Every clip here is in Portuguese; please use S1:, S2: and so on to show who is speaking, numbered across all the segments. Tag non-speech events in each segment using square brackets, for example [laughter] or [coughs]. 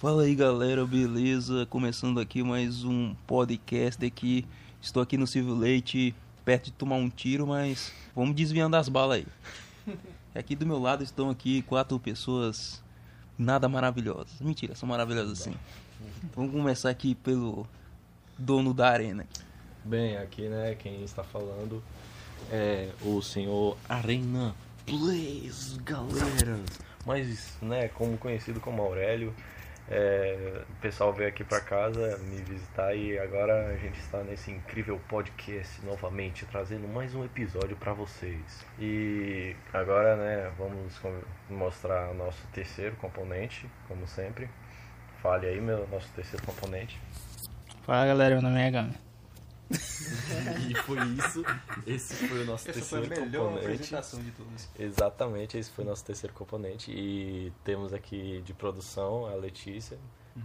S1: Fala aí galera, beleza? Começando aqui mais um podcast aqui. Estou aqui no Silvio Leite, perto de tomar um tiro, mas vamos desviando as balas aí. Aqui do meu lado estão aqui quatro pessoas nada maravilhosas. Mentira, são maravilhosas sim. Vamos começar aqui pelo dono da arena.
S2: Bem, aqui né, quem está falando é o senhor Arena Plays, galera. Mas, né, como conhecido como Aurélio, é, o pessoal veio aqui pra casa me visitar e agora a gente está nesse incrível podcast novamente, trazendo mais um episódio pra vocês. E agora, né, vamos com- mostrar o nosso terceiro componente, como sempre. Fale aí, meu, nosso terceiro componente.
S3: Fala galera, meu nome é Gami.
S2: E foi isso. Esse foi o nosso terceiro componente.
S1: de todos.
S2: Exatamente, esse foi o nosso terceiro componente. E temos aqui de produção a Letícia,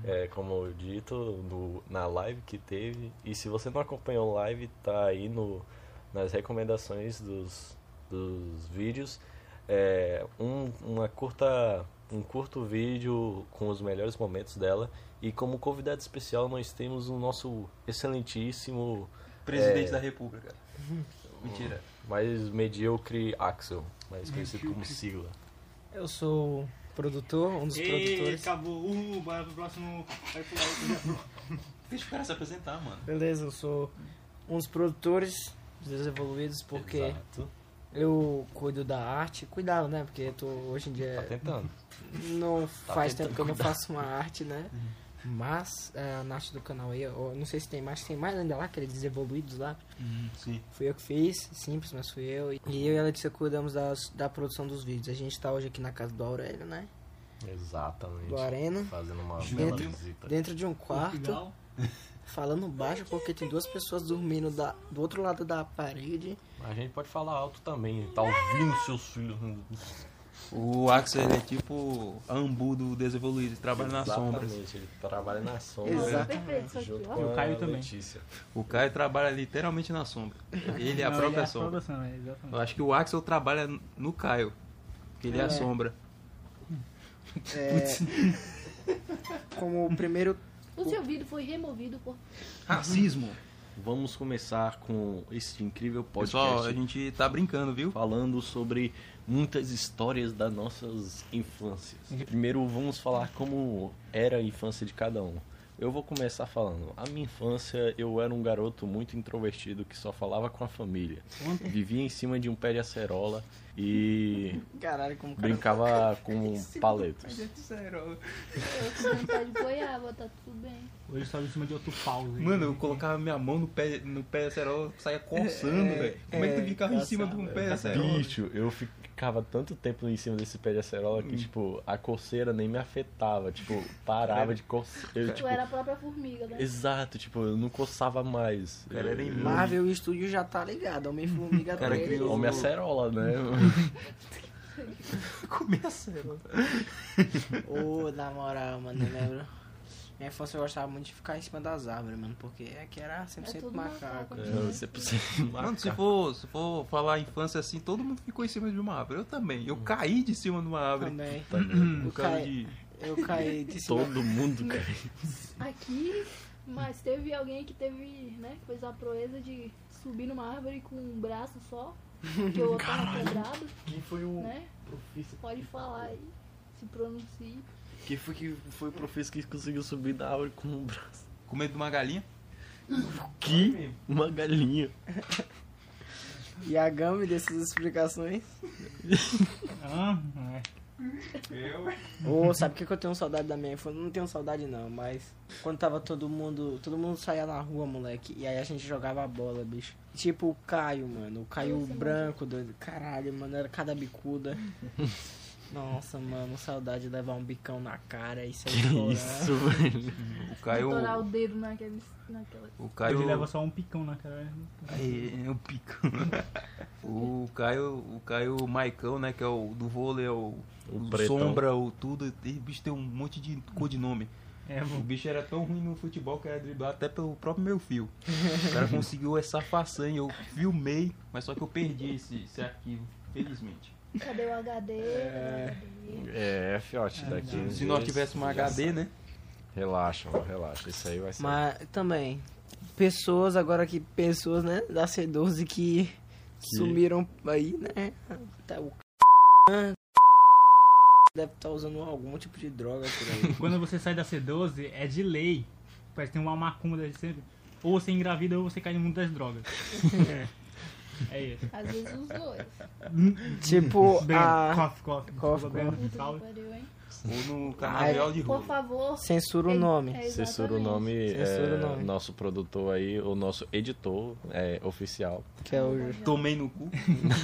S2: é, como eu dito, no, na live que teve. E se você não acompanhou a live, tá aí no, nas recomendações dos, dos vídeos. É, um, uma curta, um curto vídeo com os melhores momentos dela. E como convidado especial, nós temos o nosso excelentíssimo,
S1: Presidente da República. Mentira.
S2: Hum. mais medíocre Axel, mais conhecido como Sigla.
S4: Eu sou o produtor, um dos
S5: E
S4: produtores.
S5: acabou. Uh, bora pro próximo. Vai pro outro.
S1: Deixa o cara se apresentar, mano.
S4: Beleza, eu sou um dos produtores dos evoluídos porque
S2: Exato.
S4: eu cuido da arte. Cuidado, né? Porque eu tô, hoje em
S3: É.
S2: Tá
S4: dia
S2: tentando.
S4: não faz
S2: tentando Uhum.
S4: tempo que eu não faço uma arte, né? Mas é, na arte do canal aí, eu não sei se tem mais, tem mais ainda lá, aqueles desenvolvidos lá.
S2: Uhum,
S1: sim.
S4: Fui eu que fiz, simples, mas fui eu. E eu e a Letícia cuidamos das, da produção dos vídeos. A gente tá hoje aqui na casa do Aurélio, né?
S2: Exatamente.
S4: Do Arena.
S2: Fazendo uma bela
S4: Dentro-
S2: visita.
S4: Dentro de um quarto. [laughs] falando baixo porque tem duas pessoas dormindo da- do outro lado da parede.
S2: A gente pode falar alto também. Tá ouvindo seus filhos.
S1: O Axel ele é tipo Ambu do Desevoluído, trabalha nas sombras.
S2: Exatamente, Ele trabalha na sombra.
S4: Exato.
S2: Junto com
S3: E o
S2: a
S3: Caio também.
S2: Letícia.
S1: O Caio trabalha literalmente na sombra. Ele é a própria sombra.
S3: é,
S1: Eu
S3: exatamente.
S1: acho que o Axel trabalha no Caio, porque ele é, a
S4: É.
S1: sombra.
S4: É, [laughs] como o primeiro.
S6: O seu vídeo foi removido por.
S1: Racismo!
S2: Vamos começar com este incrível
S1: Pessoal, a
S2: podcast.
S1: gente tá brincando, viu?
S2: Falando sobre muitas histórias das nossas infâncias.
S4: Uhum.
S2: Primeiro vamos falar como era a infância de cada um. Eu vou começar falando. A minha infância, eu era um garoto muito introvertido que só falava com a família. Vivia em cima de um pé de acerola e
S4: Caralho, como [laughs] o cara.
S2: brincava com paletos.
S6: é Eu com vontade de goiaba, tá tudo bem.
S3: Hoje eu estava em cima de outro pau. velho.
S1: Mano, eu colocava minha mão no pé, no pé da cerola, saia coçando, velho. Como é, que tu ficava em cima de um pé da cerola?
S2: Bicho, eu ficava tanto tempo em cima desse pé de acerola
S4: Hum.
S2: que, tipo, a coceira nem me afetava. Tipo, parava de coceira. Eu,
S6: Tu
S2: tipo,
S6: era a própria formiga, né?
S2: exato, tipo, eu não coçava mais.
S1: Cara, era
S2: Eu-
S4: Marvel Studio já tá ligado, Homem-Formiga
S1: Cara,
S4: três.
S1: criou-
S2: Homem acerola, né?
S4: [laughs]
S1: Começa,
S4: Ô, na moral, mano, eu lembro. Minha infância eu gostava muito de ficar em cima das árvores, mano, porque aqui era
S6: É
S4: 100%
S6: tudo
S4: macaco.
S6: macaco. né?
S2: É, Você precisa
S1: Mano, se
S2: marcar.
S1: for, se for falar infância assim, todo mundo ficou em cima de uma árvore. Eu também. Eu caí de cima de uma árvore.
S4: Também.
S1: Por causa de.
S4: Eu caí de cima.
S2: Todo mundo, cara.
S6: Aqui, mas teve alguém que teve, né? Que fez a proeza de subir numa árvore com um braço só. Que o outro tava quebrado,
S2: Quem foi o
S6: né?
S2: professor?
S6: Pode falar aí. Se pronuncie.
S2: Quem foi que foi o professor que conseguiu subir da árvore com um braço?
S1: Com medo de uma galinha?
S2: Que? Uma galinha.
S4: E a Gami dessas explicações.
S3: Ah, é.
S4: Ô, sabe o que, que eu tenho saudade da minha infância? Não tenho saudade não, mas quando tava todo mundo. Todo mundo saía na rua, moleque. E aí a gente jogava bola, bicho. Tipo o Caio, mano. O Caio
S6: Nossa,
S4: branco, doido. Caralho, mano, era cada bicuda. Nossa, mano, saudade de levar um bicão na cara é e sair chorando.
S2: Isso, velho.
S1: O Caio.
S6: Atorar o dedo naqueles, naquela.
S1: O
S3: Ele
S1: Caio.
S3: leva só um picão na cara.
S1: Aí, é o pico. [laughs] o Caio. O Caio Maicão, né? Que é o do vôlei, é o.
S2: O
S1: o
S2: pretão.
S1: sombra, o tudo. E o bicho tem um monte de codinome.
S3: É,
S1: O
S3: bom.
S1: bicho era tão ruim no futebol que era driblado até pelo próprio meu fio. O cara conseguiu essa façanha. Eu filmei, mas só que eu perdi esse, esse arquivo, felizmente.
S6: Cadê o HD? Cadê o HD?
S2: É, fiote daqui.
S1: Se nós tivéssemos um HD, né?
S2: Relaxa, mano, relaxa. Isso aí vai ser.
S4: Mas também, pessoas agora que. Pessoas, né? Da C12 que, sumiram aí, né? Tá o c- né, deve estar usando algum tipo de droga por aí.
S3: Quando você sai da C12, é de lei. Parece que tem uma macumba desde sempre. Ou você engravida ou você cai no mundo das drogas. é. é isso.
S6: Às vezes os dois.
S5: Uhum.
S4: tipo,
S3: Bem,
S4: a.
S3: cough, cough.
S4: cough,
S3: desculpa, Breno,
S6: Puta que
S3: salve.
S6: pariu, hein?
S1: Ou no canavial de
S6: Por
S1: rua.
S6: favor.
S4: Censura o
S6: ele-
S4: nome.
S6: é,
S2: Censura o
S6: exatamente.
S2: nome,
S4: Censura
S2: é,
S4: o nome.
S2: nosso produtor aí, o nosso editor é, oficial.
S4: Que é o.
S1: Tomei no cu.
S6: Vai
S1: Mas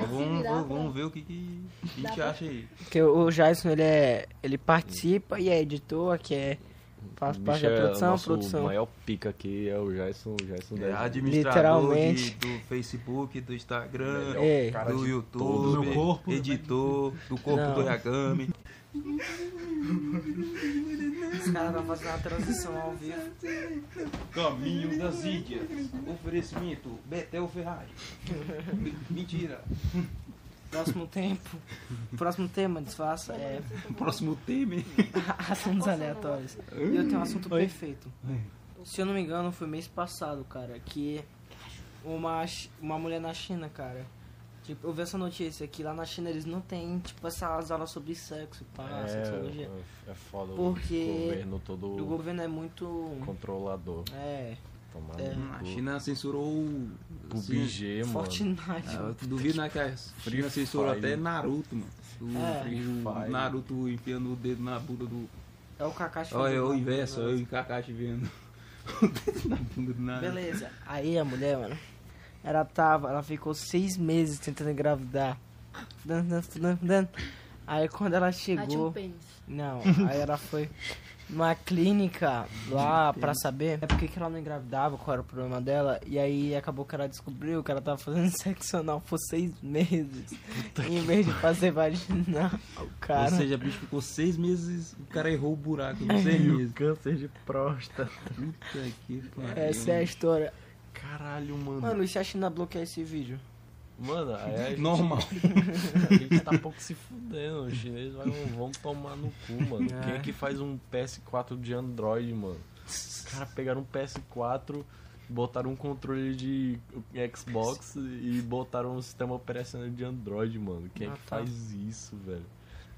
S6: se
S1: vamos,
S6: virar
S1: vamos-
S6: pra-
S1: vamos ver o que, que a gente
S6: pra-
S1: acha aí.
S4: Porque o Jason, ele é. Ele participa e é editor, que é. Faz parte
S2: Bicho,
S4: da
S2: é
S4: produção,
S2: o nosso
S4: produção.
S2: maior pica aqui é o Jason, o Jason
S1: É,
S2: deve-
S1: administrador de-
S4: Literalmente.
S1: do Facebook, do Instagram,
S4: É.
S2: cara
S1: do
S2: de
S1: YouTube,
S2: todos,
S3: Do meu corpo.
S1: editor, do corpo
S4: Não.
S1: do Yagami.
S4: Os caras estão fazendo uma transição ao vivo.
S1: Caminho das Índias. Oferecimento, Betel Ferrari. Mentira.
S4: Próximo tempo. Próximo tema, disfarça. É. [laughs]
S1: Próximo tema. hein?
S4: Assuntos aleatórios. E eu tenho um assunto perfeito. Se eu não me engano, foi mês passado, cara, que uma, chi- uma mulher na China, cara. Tipo, eu vi essa notícia que lá na China eles não tem, tipo, essas aulas sobre sexo, pá, sexologia.
S2: É, é foda
S4: Ah, Porque
S2: o governo
S4: O
S2: todo
S4: governo é muito.
S2: controlador.
S4: É.
S2: Tomar
S4: É. assim,
S2: no
S1: A
S2: cu.
S1: China censurou o. assim,
S2: PUBG, mano.
S4: Fortnite.
S1: Ah, eu duvido né, que a China censurou
S2: Fire.
S1: até Naruto, mano. O,
S4: É.
S1: o
S2: Fire.
S1: Naruto enfiando o dedo na bunda do.
S4: É o Kakashi.
S1: Olha, é
S4: fazendo
S1: o
S4: uma-
S1: inverso, olha o Kakashi [laughs] vendo. o dedo na bunda do Naruto.
S4: Beleza. Aí a mulher, mano, ela tava, ela ficou seis meses tentando engravidar. Dan, dan, dan, dan. Aí quando ela
S6: Ah, tinha um
S4: chegou.
S6: pênis.
S4: Não, aí ela foi numa clínica lá pra saber é porque que ela não engravidava, qual era o problema dela. E aí acabou que ela descobriu que ela tava fazendo [laughs] sexo anal por seis meses. em vez de fazer vaginal, cara.
S1: Ou seja, bicho ficou seis meses, o cara errou o buraco em
S4: É.
S1: seis meses.
S2: Câncer de próstata.
S1: Puta que pariu.
S4: Essa é a história.
S2: Caralho, mano.
S4: Mano, e se a China bloquear esse vídeo?
S2: Mano, aí a É, gente,
S1: Normal.
S2: [laughs] a gente tá pouco se fudendo. Os chineses vai- vão tomar no cu, mano.
S4: É.
S2: Quem é que faz um PS4 de Android, mano? Os caras pegaram um PS4, botaram um controle de Xbox e botaram um sistema operacional de Android, mano. Quem é
S4: Ah,
S2: que
S4: tá.
S2: faz isso, velho?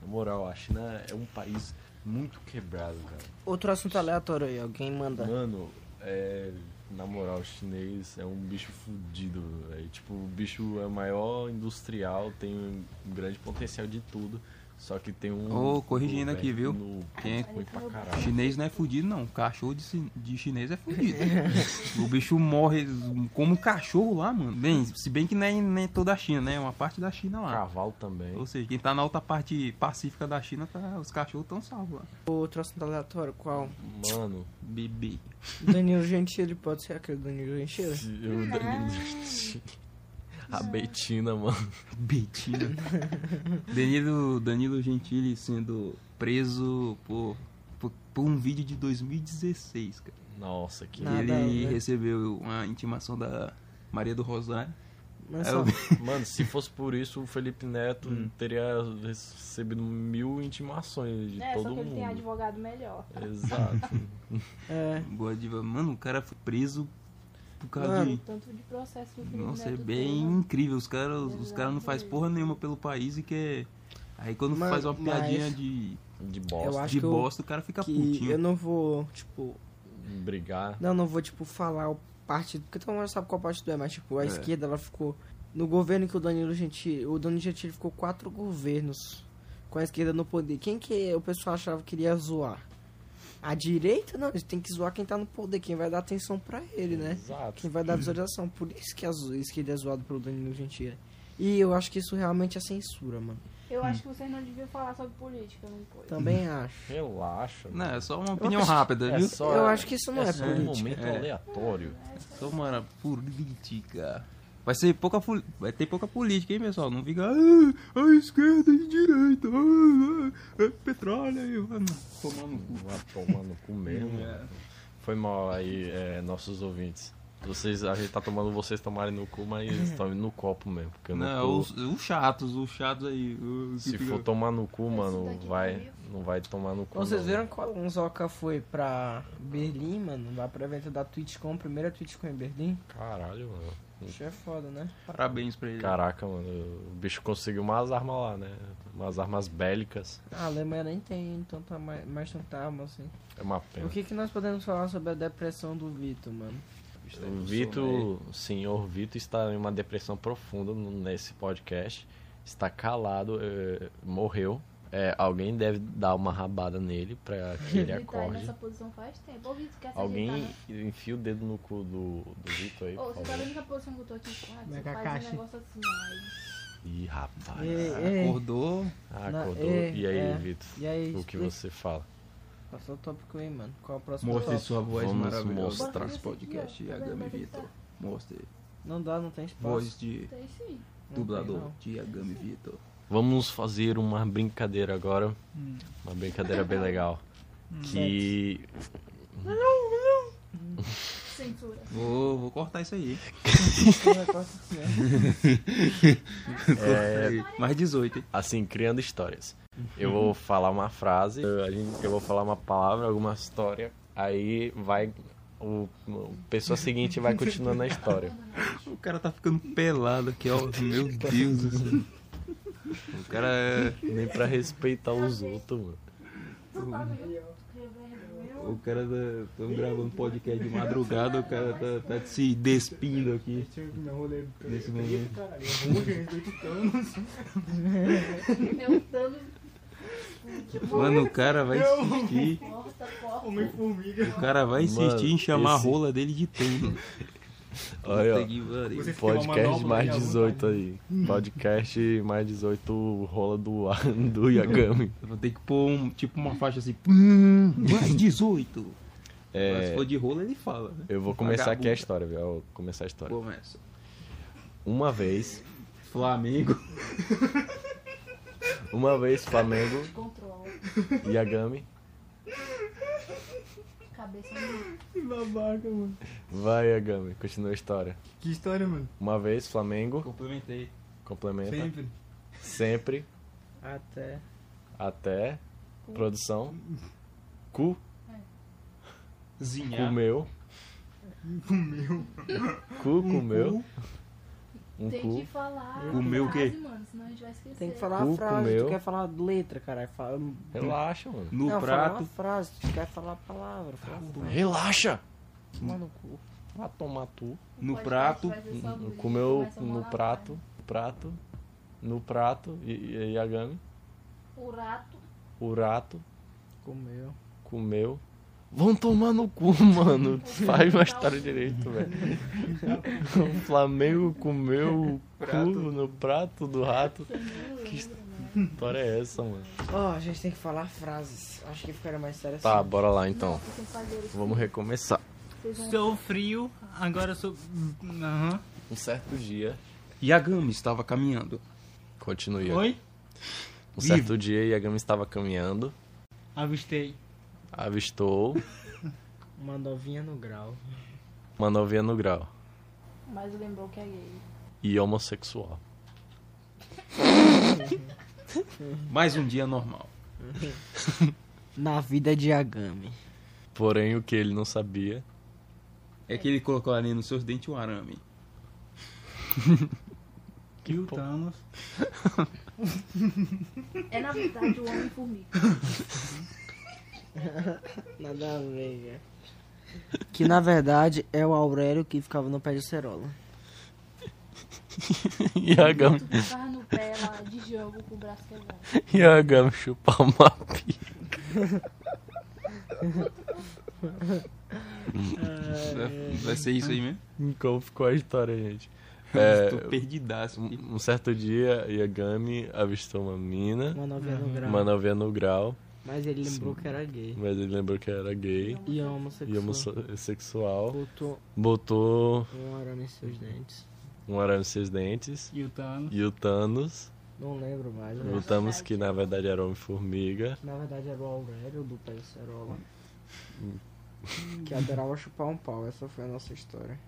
S2: Na moral, a China é um país muito quebrado, cara.
S4: Outro assunto aleatório aí, alguém manda.
S2: Mano, é. Na moral, o chinês é um bicho fudido, velho. Tipo, o bicho é maior industrial, tem um grande potencial de tudo. Só que tem um.
S1: Ô, corrigindo aqui, viu?
S2: No...
S1: Quem é-
S2: Foi pra
S6: tá
S2: caralho.
S1: Chinês não é fudido, não. Cachorro de, chi- de chinês é fudido. [laughs] o bicho morre como um cachorro lá, mano. Bem, se bem que nem, nem toda a China, né? É uma parte da China lá.
S2: Cavalo também.
S1: Ou seja, quem tá na outra parte pacífica da China, tá, os cachorros tão salvos lá.
S4: Outro assunto aleatório, qual?
S2: Mano.
S1: Bebê.
S4: Danilo Gentili, pode ser aquele Danilo Gentili?
S2: eu- [laughs] A Betina, mano.
S1: Betina.
S4: [laughs]
S1: Danilo, Danilo Gentili sendo preso por, por, por um vídeo de 2016, cara.
S2: Nossa, que.
S4: Nada,
S1: Ele
S4: né?
S1: recebeu uma intimação da Maria do Rosário.
S4: Mas
S1: Aí
S4: só,
S1: eu-
S2: Mano, se fosse por isso, o Felipe Neto teria recebido mil intimações de
S6: É,
S2: todo
S6: só que ele tem
S2: mundo.
S6: advogado melhor.
S2: Exato.
S4: é,
S1: Boa diva. Mano, o cara foi preso por causa
S4: Mano.
S1: de.
S6: Tanto de processo que o Felipe
S1: Nossa, é
S6: Neto
S1: bem
S6: tem, né?
S1: incrível. Os caras os cara não faz porra nenhuma pelo país e quer. Aí quando
S4: Mano,
S1: faz uma
S4: mas-
S1: piadinha de,
S2: De bosta.
S4: Eu acho
S1: de
S4: que eu-
S1: bosta, o cara fica
S4: que
S1: putinho.
S4: eu não vou, tipo,
S2: Brigar.
S4: não, não vou, tipo, falar o partido, porque todo mundo sabe qual partido é, mas, tipo, a esquerda, ela ficou, no governo que o Danilo Gentili, o Danilo Gentili ficou quatro governos com a esquerda no poder. Quem que o pessoal achava que iria zoar? A direita? Não, eles tem que zoar quem tá no poder, quem vai dar atenção pra ele, né?
S2: Exato.
S4: que vai dar visualização. Por isso que, as, isso que ele é zoado pelo Danilo Gentili. E eu acho que isso realmente é censura, mano.
S6: Eu acho que vocês não deviam falar sobre política, não coisa.
S4: Também acho.
S2: Relaxa.
S1: Não, é
S2: mano.
S1: só uma opinião rápida,
S2: É
S1: viu?
S2: só-
S4: eu acho que isso não é,
S2: é só um
S4: política.
S2: momento
S1: É.
S2: aleatório.
S1: Só uma política. Vai ser pouca poli- vai ter pouca política, hein, pessoal? Não fica ah, a esquerda e direita, ah, ah, é petróleo aí, mano. Tomando [laughs]
S2: Vai tomar no cu mesmo. Foi mal aí, é, nossos ouvintes. Vocês, a gente tá tomando vocês tomarem no cu,
S4: [laughs]
S2: mas tá no copo mesmo. Porque no
S1: Não,
S2: cu,
S1: os, os chatos, os chatos aí. os que
S2: se
S1: fica-
S2: for tomar no cu, mano,
S6: daqui
S2: vai,
S6: comigo.
S2: não vai tomar no cu.
S4: tá Vocês
S2: não.
S4: viram qual um Zoca foi pra Berlim, mano? Vai pro evento da TwitchCon, primeira TwitchCon em Berlim?
S2: Caralho, mano.
S4: Isso é foda, né?
S1: Parabéns pra ele.
S2: Caraca, mano. O bicho conseguiu umas armas lá, né? Umas armas bélicas.
S4: A Alemanha nem tem, então tá mais, mais tanta arma assim.
S2: É uma pena.
S4: O que, que nós podemos falar sobre a depressão do Vitor, mano?
S1: é,
S2: O Vito, o senhor Vito está em uma depressão profunda no- nesse podcast. Está calado, eh, morreu. Eh, alguém deve dar uma rabada nele pra
S6: [laughs]
S2: que ele
S6: Ele tá aí
S2: acorde.
S6: nessa posição faz tempo. Ô, Vitor, quer se ajeitar,
S2: Alguém
S6: né?
S2: enfia o dedo no cu do, do Vito aí,
S6: Ô,
S2: por
S6: você tá vendo
S2: favor.
S6: essa posição que eu tô aqui em quatro?
S3: Vem
S6: Você
S3: cá,
S6: faz
S3: caixa.
S6: um negócio assim, ó.
S2: Ih, rapaz.
S4: Ei, ei,
S1: Acordou.
S2: Ah,
S4: na-
S2: acordou.
S4: é,
S2: e aí,
S4: é.
S2: Vito?
S4: E aí,
S2: O que
S4: explica-
S2: você fala?
S4: Passou o tópico aí, mano. Qual é o próximo
S1: Mostre
S4: tópico?
S1: sua voz
S2: Vamos
S1: maravilhosa.
S2: mostrar.
S1: Mostre esse podcast
S6: Tá vendo?
S1: Yagami
S6: Vai
S1: Vitor. Mostre.
S4: Não dá, não tem espaço.
S1: Voz de
S6: Tem sim.
S4: Não tem,
S1: dublador
S4: não.
S1: de Yagami Vitor.
S2: Vamos fazer uma brincadeira agora.
S3: Hum.
S2: Uma brincadeira
S6: [laughs]
S2: bem legal.
S4: Hum.
S2: Que
S6: Censura.
S1: Vou, vou cortar isso aí.
S4: Não, eu posso assim, né?
S2: é
S1: É,
S4: [laughs]
S1: Mais 18, hein?
S2: assim, criando
S5: [laughs]
S2: histórias. Eu vou falar uma frase, eu, a gente- eu vou falar uma palavra, alguma história, aí vai. O, o pessoa seguinte vai continuando a
S5: [laughs]
S2: história.
S1: O cara tá ficando pelado aqui, [laughs] ó. Meu Deus do céu. O cara é.
S2: Nem pra respeitar os outros, mano.
S6: tá
S1: O cara tá. Tão gravando podcast de madrugada, o cara tá, tá se despindo aqui nesse momento.
S6: É um dano.
S1: Mano, o cara vai insistir.
S6: Corta, corta.
S5: Homem-formiga.
S1: O cara vai insistir
S2: Mano,
S1: em chamar
S2: esse-
S1: a rola dele de pênis.
S2: Olha,
S1: Puta que pariu.
S5: Você-
S2: Podcast mais 18 aí. Podcast mais 18 rola do, do [laughs] Yagami.
S1: Eu Vou ter que pôr um, tipo uma faixa assim. "Hum, Mais 18. Mas se
S2: É,
S1: for de rola, ele fala, né?
S2: eu vou começar aqui a
S1: Vagabundo.
S2: história, viu? Eu vou começar a história.
S1: Começa.
S2: Uma vez,
S1: Flamengo.
S2: uma vez Flamengo,
S6: Controla.
S2: Yagami,
S6: Cabeça no.
S5: Que babaca, mano.
S2: vai Yagami, continua a história.
S5: Que história, mano.
S2: Uma vez Flamengo,
S1: [laughs] Complementei.
S2: Complementa. Sempre.
S5: né? Sempre.
S4: Até.
S2: até produção. Cu,
S1: Zinhar.
S2: comeu. Comeu. Cu, comeu. Um
S6: Tem
S2: cu.
S6: que falar.
S1: Comer o quê?
S6: frase, Mano, senão a gente vai esquecer.
S4: Tem que falar
S2: Cu
S4: a frase,
S2: comeu.
S4: tu quer falar letra, caralho. Fala...
S2: Relaxa, mano.
S1: No
S4: não, fala uma
S1: prato.
S4: frase, tu quer falar a palavra. Fala a frase.
S2: Relaxa!
S4: Toma no cu.
S2: Vai tomar tu.
S6: O
S1: No
S6: podcast
S1: prato.
S6: vai ser só luz,
S2: Hum, Comeu
S6: começa a
S2: no
S6: rolar,
S2: prato. Prato. No prato. E, e Yagami.
S6: vai. O rato.
S2: O rato
S4: Comeu.
S2: comeu. Vão tomar no cu, [laughs] mano. Faz uma história direito, velho. O Flamengo comeu o cu no prato do rato.
S6: Eu não
S2: Que
S6: lembro, né?
S2: Que história é essa, mano?
S4: Ó, a gente tem que falar frases. Acho que ficaria mais sério
S2: Tá,
S4: assim.
S2: bora lá então.
S6: Vocês têm que fazer isso.
S2: Vamos recomeçar.
S6: Vocês vão-
S3: Sou frio, agora sou. Aham.
S2: Um certo dia.
S1: Yagami estava caminhando.
S2: Continue. ó.
S3: Oi?
S2: Um certo dia, Yagami estava caminhando,
S3: Avistei.
S2: avistou
S4: Uma novinha no grau.
S2: uma novinha no grau
S6: Mas lembrou que é gay.
S2: e homossexual.
S1: Mais um dia normal.
S4: [laughs] Na vida de Agami.
S2: Porém, o que ele não sabia. [laughs]
S1: É que ele colocou ali nos seus dentes um arame.
S3: Que o Thanos.
S6: É na verdade
S2: [laughs]
S6: o Homem-Formiga.
S4: Nada a ver, cara. Que na verdade é o Aurélio que ficava no pé de Cerola.
S2: Yagami,
S6: Tu ficava no pé lá de jogo com o braço quebrado.
S2: Yagami chupar uma [laughs] pica.
S4: Ah, é.
S1: Vai- Vai ser isso aí mesmo?
S2: [laughs] Como ficou a história, gente? É,
S1: Tô perdidaço. aqui.
S2: um um certo dia, Yagami avistou uma mina,
S4: Uma novinha no
S1: Ah.
S4: grau.
S2: uma novinha no grau,
S4: Mas ele lembrou que era gay.
S2: mas ele lembrou que era
S1: é
S2: gay
S4: E é homossexual.
S2: e homossexual.
S4: Botou
S2: Botou
S4: um arame em seus dentes.
S2: um arame em seus dentes
S3: E o Thanos.
S2: e o Thanos
S4: Não lembro mais, né?
S2: Lutamos que na verdade era Homem-Formiga.
S4: Na verdade era o Aurélio do pé de Cerola. Que adorava chupar um pau. Essa foi a nossa história.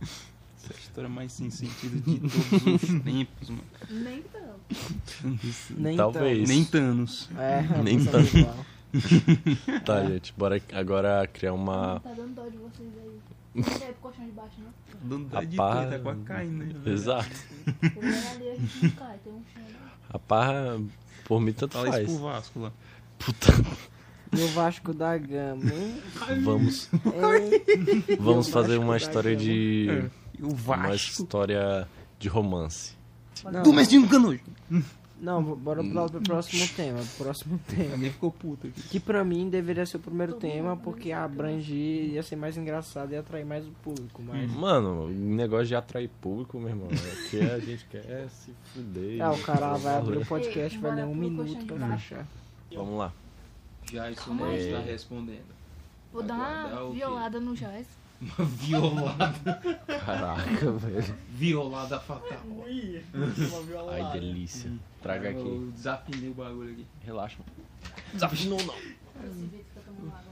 S1: Essa é história mais sem sentido [laughs] de todos os tempos, mano.
S6: Nem tanto.
S4: Nem
S2: Talvez.
S1: Nem Thanos.
S4: É,
S2: Nem
S4: Nem
S2: tanto.
S4: igual.
S2: Tá,
S1: [laughs]
S2: gente, bora agora criar
S1: Hum.
S2: uma.
S6: Tá dando dó de vocês aí. Não é pro colchão de baixo, não.
S1: Dando dó de
S2: Rapaz.
S1: ter, tá quase caindo, né?
S2: Exato.
S6: O lugar ali a gente não cai, tem um chão. né?
S2: A parra, por mim, tanto
S1: Fala
S2: faz.
S1: isso pro Vasco lá.
S2: Puta,
S4: No Vasco da Gama, hein?
S2: vamos,
S1: [laughs]
S4: É,
S2: vamos
S4: Eu
S2: fazer
S4: acho
S2: uma
S4: que vai
S2: história
S4: ser
S2: de.
S1: E o
S2: Uma
S1: É, Vasco.
S2: história de romance.
S4: não,
S1: Do Messino Canojo.
S4: não, bora pro, pro próximo tema. Próximo tema.
S1: Alguém ficou puto aqui.
S4: Que pra mim deveria ser o primeiro tema, porque abranger ia ser mais engraçado e atrair mais o público. Mas.
S2: Mano, o negócio de atrair público, meu irmão. É que a gente quer se fuder.
S4: Ah, o cara vai abrir o
S2: Vamos
S4: podcast, vai ler um
S6: Bora pro colchão
S4: minuto
S6: de
S4: pra
S6: baixo.
S4: fechar.
S2: Vamos lá.
S1: Já isso
S6: Calma
S1: não
S2: É.
S6: aí.
S1: está Tá respondendo. [laughs]
S6: Vou dar
S1: Aguardar o
S6: uma
S1: quê?
S6: violada no Jazz.
S1: Uma violada.
S2: Caraca, velho.
S1: Violada fatal.
S5: Ih, uma
S2: Ai,
S5: violada.
S2: delícia. Traga aqui.
S1: Eu desafinei o bagulho aqui.
S2: Relaxa.
S6: Esse jeito que eu tomando água né? na boca dela.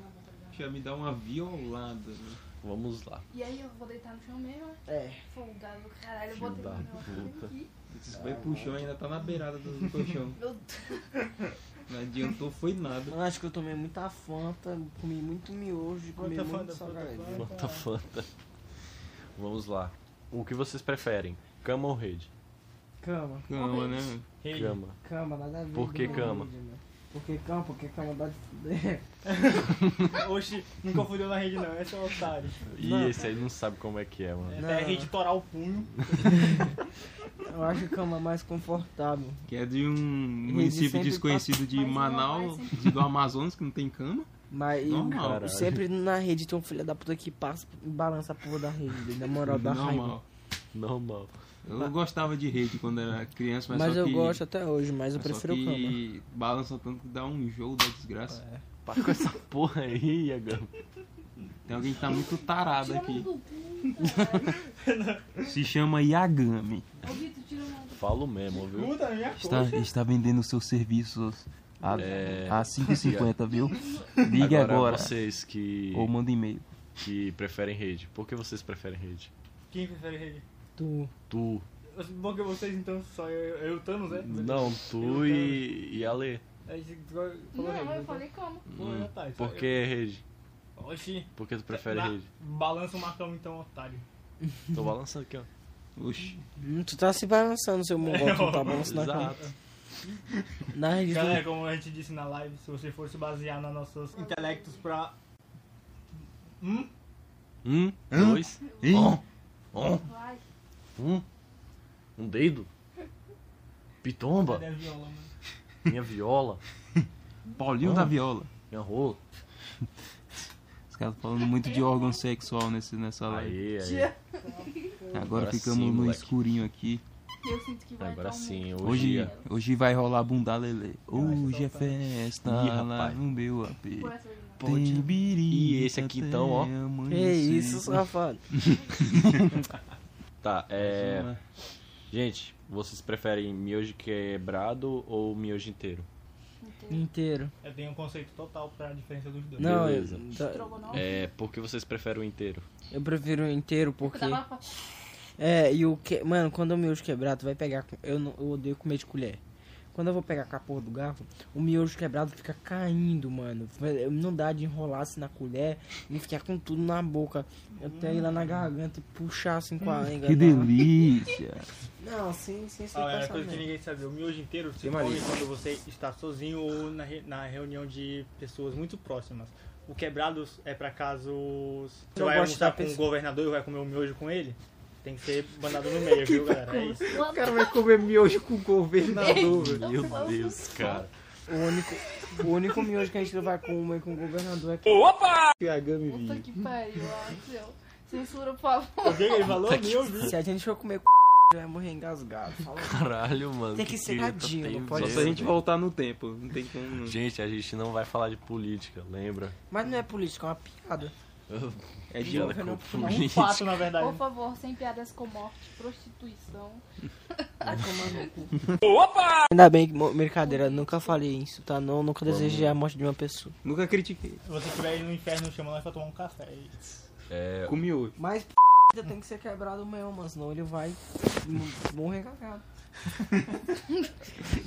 S1: Já me dá uma violada. né?
S2: Vamos lá.
S6: E aí eu vou deitar no chão mesmo, né?
S4: É.
S6: Folgado do caralho. Eu
S2: Filho
S6: botei
S2: da
S6: meu negócio
S2: puta.
S6: aqui.
S1: Esse vai pro chão e ainda tá na beirada do do colchão.
S6: Meu Deus.
S1: Não adiantou, foi nada.
S4: Mano, acho que eu tomei muita fanta, comi muito miojo, comi
S5: Quanta
S4: muito
S5: fanta,
S4: salgadinho.
S5: quanta
S2: Fanta, fanta. Vamos lá. O que vocês preferem? Cama ou rede?
S4: Cama,
S1: Cama, né?
S5: Ei,
S2: Cama.
S4: cama, nada a ver.
S2: Por que
S4: com
S2: cama?
S4: rede, mano. Por que cama? Porque cama dá de fuder. [laughs]
S5: Oxi, não confundiu na rede não, esse é o otário.
S2: E
S4: Não.
S2: esse aí não sabe como é que é, mano.
S5: Essa
S4: Não.
S5: é a rede torar o punho.
S4: Eu acho cama mais confortável.
S1: Que é de um município
S4: sempre
S1: desconhecido de
S6: Mas não,
S1: Manaus,
S6: mas
S1: de- [laughs] do Amazonas, que não tem cama.
S4: Mas e
S1: Normal.
S2: Caralho.
S4: sempre na rede tem um filho da puta que passa e balança a porra da rede, dele, na moral da raiva.
S1: Normal.
S2: Normal.
S1: Eu gostava de rede quando era criança, mas,
S4: Mas
S1: só
S4: eu
S1: que,
S4: gosto até hoje, mas eu
S1: mas só
S4: prefiro cama.
S1: que balança tanto que dá um enjoo da desgraça.
S2: Para com essa porra aí, agora.
S1: Tem alguém que tá muito tarado
S6: Tira a mão
S1: aqui.
S6: do cu, caralho.
S1: Se chama Yagami.
S6: Ô, Vitor, tira a mão do cu.
S2: Falo mesmo, viu?
S5: Puta, minha
S1: Está,
S5: coxa.
S1: está vendendo seus serviços a,
S2: É.
S1: a [laughs] 5,50, viu? Ligue agora.
S2: vocês que,
S1: Ou manda e-mail.
S2: que preferem rede. Por que vocês preferem rede?
S5: Quem prefere rede?
S4: Tu.
S2: Tu.
S5: Bom que vocês então, só eu, eu, eu Thanos, né?
S2: Não, tu e, e Ale.
S5: A gente falou rede,
S6: Não, eu
S5: né?
S6: falei como.
S5: Pô, é otário, só
S2: Por que rede?
S5: eu. Oxi.
S2: Por que tu prefere
S5: Na-
S2: rede?
S5: Balança o Marcão então, otário.
S2: Tô balançando aqui, ó.
S1: Oxi.
S4: Hum, tu tá se balançando, seu mongol, tu não tá balançando na
S2: Exato.
S4: rede. Na rede tu
S5: Galera, como a gente disse na live, se você for se basear nos nossos intelectos pra. Hum?
S2: Um, dois, um, um,
S6: Vai.
S2: um. Um dedo. Pitomba.
S5: Cadê a É viola, né? mano?
S2: Minha viola.
S1: Paulinho
S2: Ah.
S1: da Viola.
S2: Minha rola.
S1: Os caras falando muito de órgão sexual nesse, nessa live.
S2: Aí, aí.
S5: Tia.
S1: Agora,
S2: Agora
S1: ficamos
S2: sim,
S1: no
S2: moleque.
S1: escurinho aqui.
S6: Eu sinto que vai
S2: Agora
S6: dar um-
S2: sim, hoje.
S1: Hoje,
S2: é-
S1: hoje vai rolar bunda lele. Hoje é festa
S2: Ih,
S1: lá
S2: rapaz.
S1: no meu AP.
S6: Por essa orelha.
S2: Pode.
S1: Tem birita
S2: E esse aqui então, ó.
S1: até
S4: Que
S1: amanhecer.
S4: isso, safado.
S2: Tá, é.
S1: Vamos lá.
S2: Gente, vocês preferem miojo quebrado ou miojo inteiro?
S4: Inteiro.
S5: Eu tenho um conceito total pra diferença dos dois.
S4: Não, eu,
S2: Beleza.
S4: tá-
S6: Estrogonofe.
S2: É, por que vocês preferem o inteiro?
S4: eu prefiro o inteiro porque.
S6: Dá pra-
S4: É, e o que. Mano, quando o miojo quebrar, tu vai pegar. com- Eu, não- eu odeio comer de colher. Quando eu vou pegar com a porra do garfo, o miojo quebrado fica caindo, mano. Vai- Não dá de enrolar assim na colher e ficar com tudo na boca. Eu tenho ir lá na garganta e puxar assim com a língua.
S1: Que
S4: tá?
S1: delícia.
S4: Não, sim, sim, sim.
S5: Ah, é coisa que ninguém sabe. O miojo inteiro se
S4: Tem
S5: come
S4: marido.
S5: quando você está sozinho ou na, re- na reunião de pessoas muito próximas. O quebrado é pra caso você
S4: Não
S5: vai
S4: gosto da
S5: almoçar com o
S4: pessoa.
S5: governador e vai comer um miojo com ele. Tem que ser mandado no [laughs] meio, viu, galera? É isso.
S6: Uma-
S4: vai comer miojo com o governador, velho.
S2: Meu Deus, cara.
S4: O único, o único miojo que a gente não vai comer com o governador é com
S6: Puta que pariu, Axel. Censura, por favor.
S5: O que ele falou? Miojo.
S4: Se a gente for comer com vai morrer engasgado. Fala.
S2: Caralho, mano.
S4: Tem que ser
S2: treta
S4: gadinho,
S2: tem
S4: não pode
S1: Só
S2: mesmo,
S1: se a gente
S2: velho.
S1: voltar no tempo. Não tem como. não.
S2: Gente, a gente não vai falar de política, lembra?
S4: Mas não é política, é uma piada.
S1: É de
S2: Piada
S1: ela.
S4: Não,
S2: com
S4: não,
S5: É
S2: política.
S5: um fato, na verdade.
S6: Por favor, sem piadas com morte, prostituição.
S4: Vai tomar Tá no cu. Ainda bem que, mo- brincadeira, nunca falei isso, tá? Não, nunca desejei a morte de uma pessoa.
S1: Nunca critiquei.
S5: Se você estiver aí no inferno, chama nós pra tomar um café. É isso.
S2: É,
S1: Comi hoje.
S4: Mas, Ainda tem que ser quebrado mesmo, mano, senão ele vai m- morrer cagado.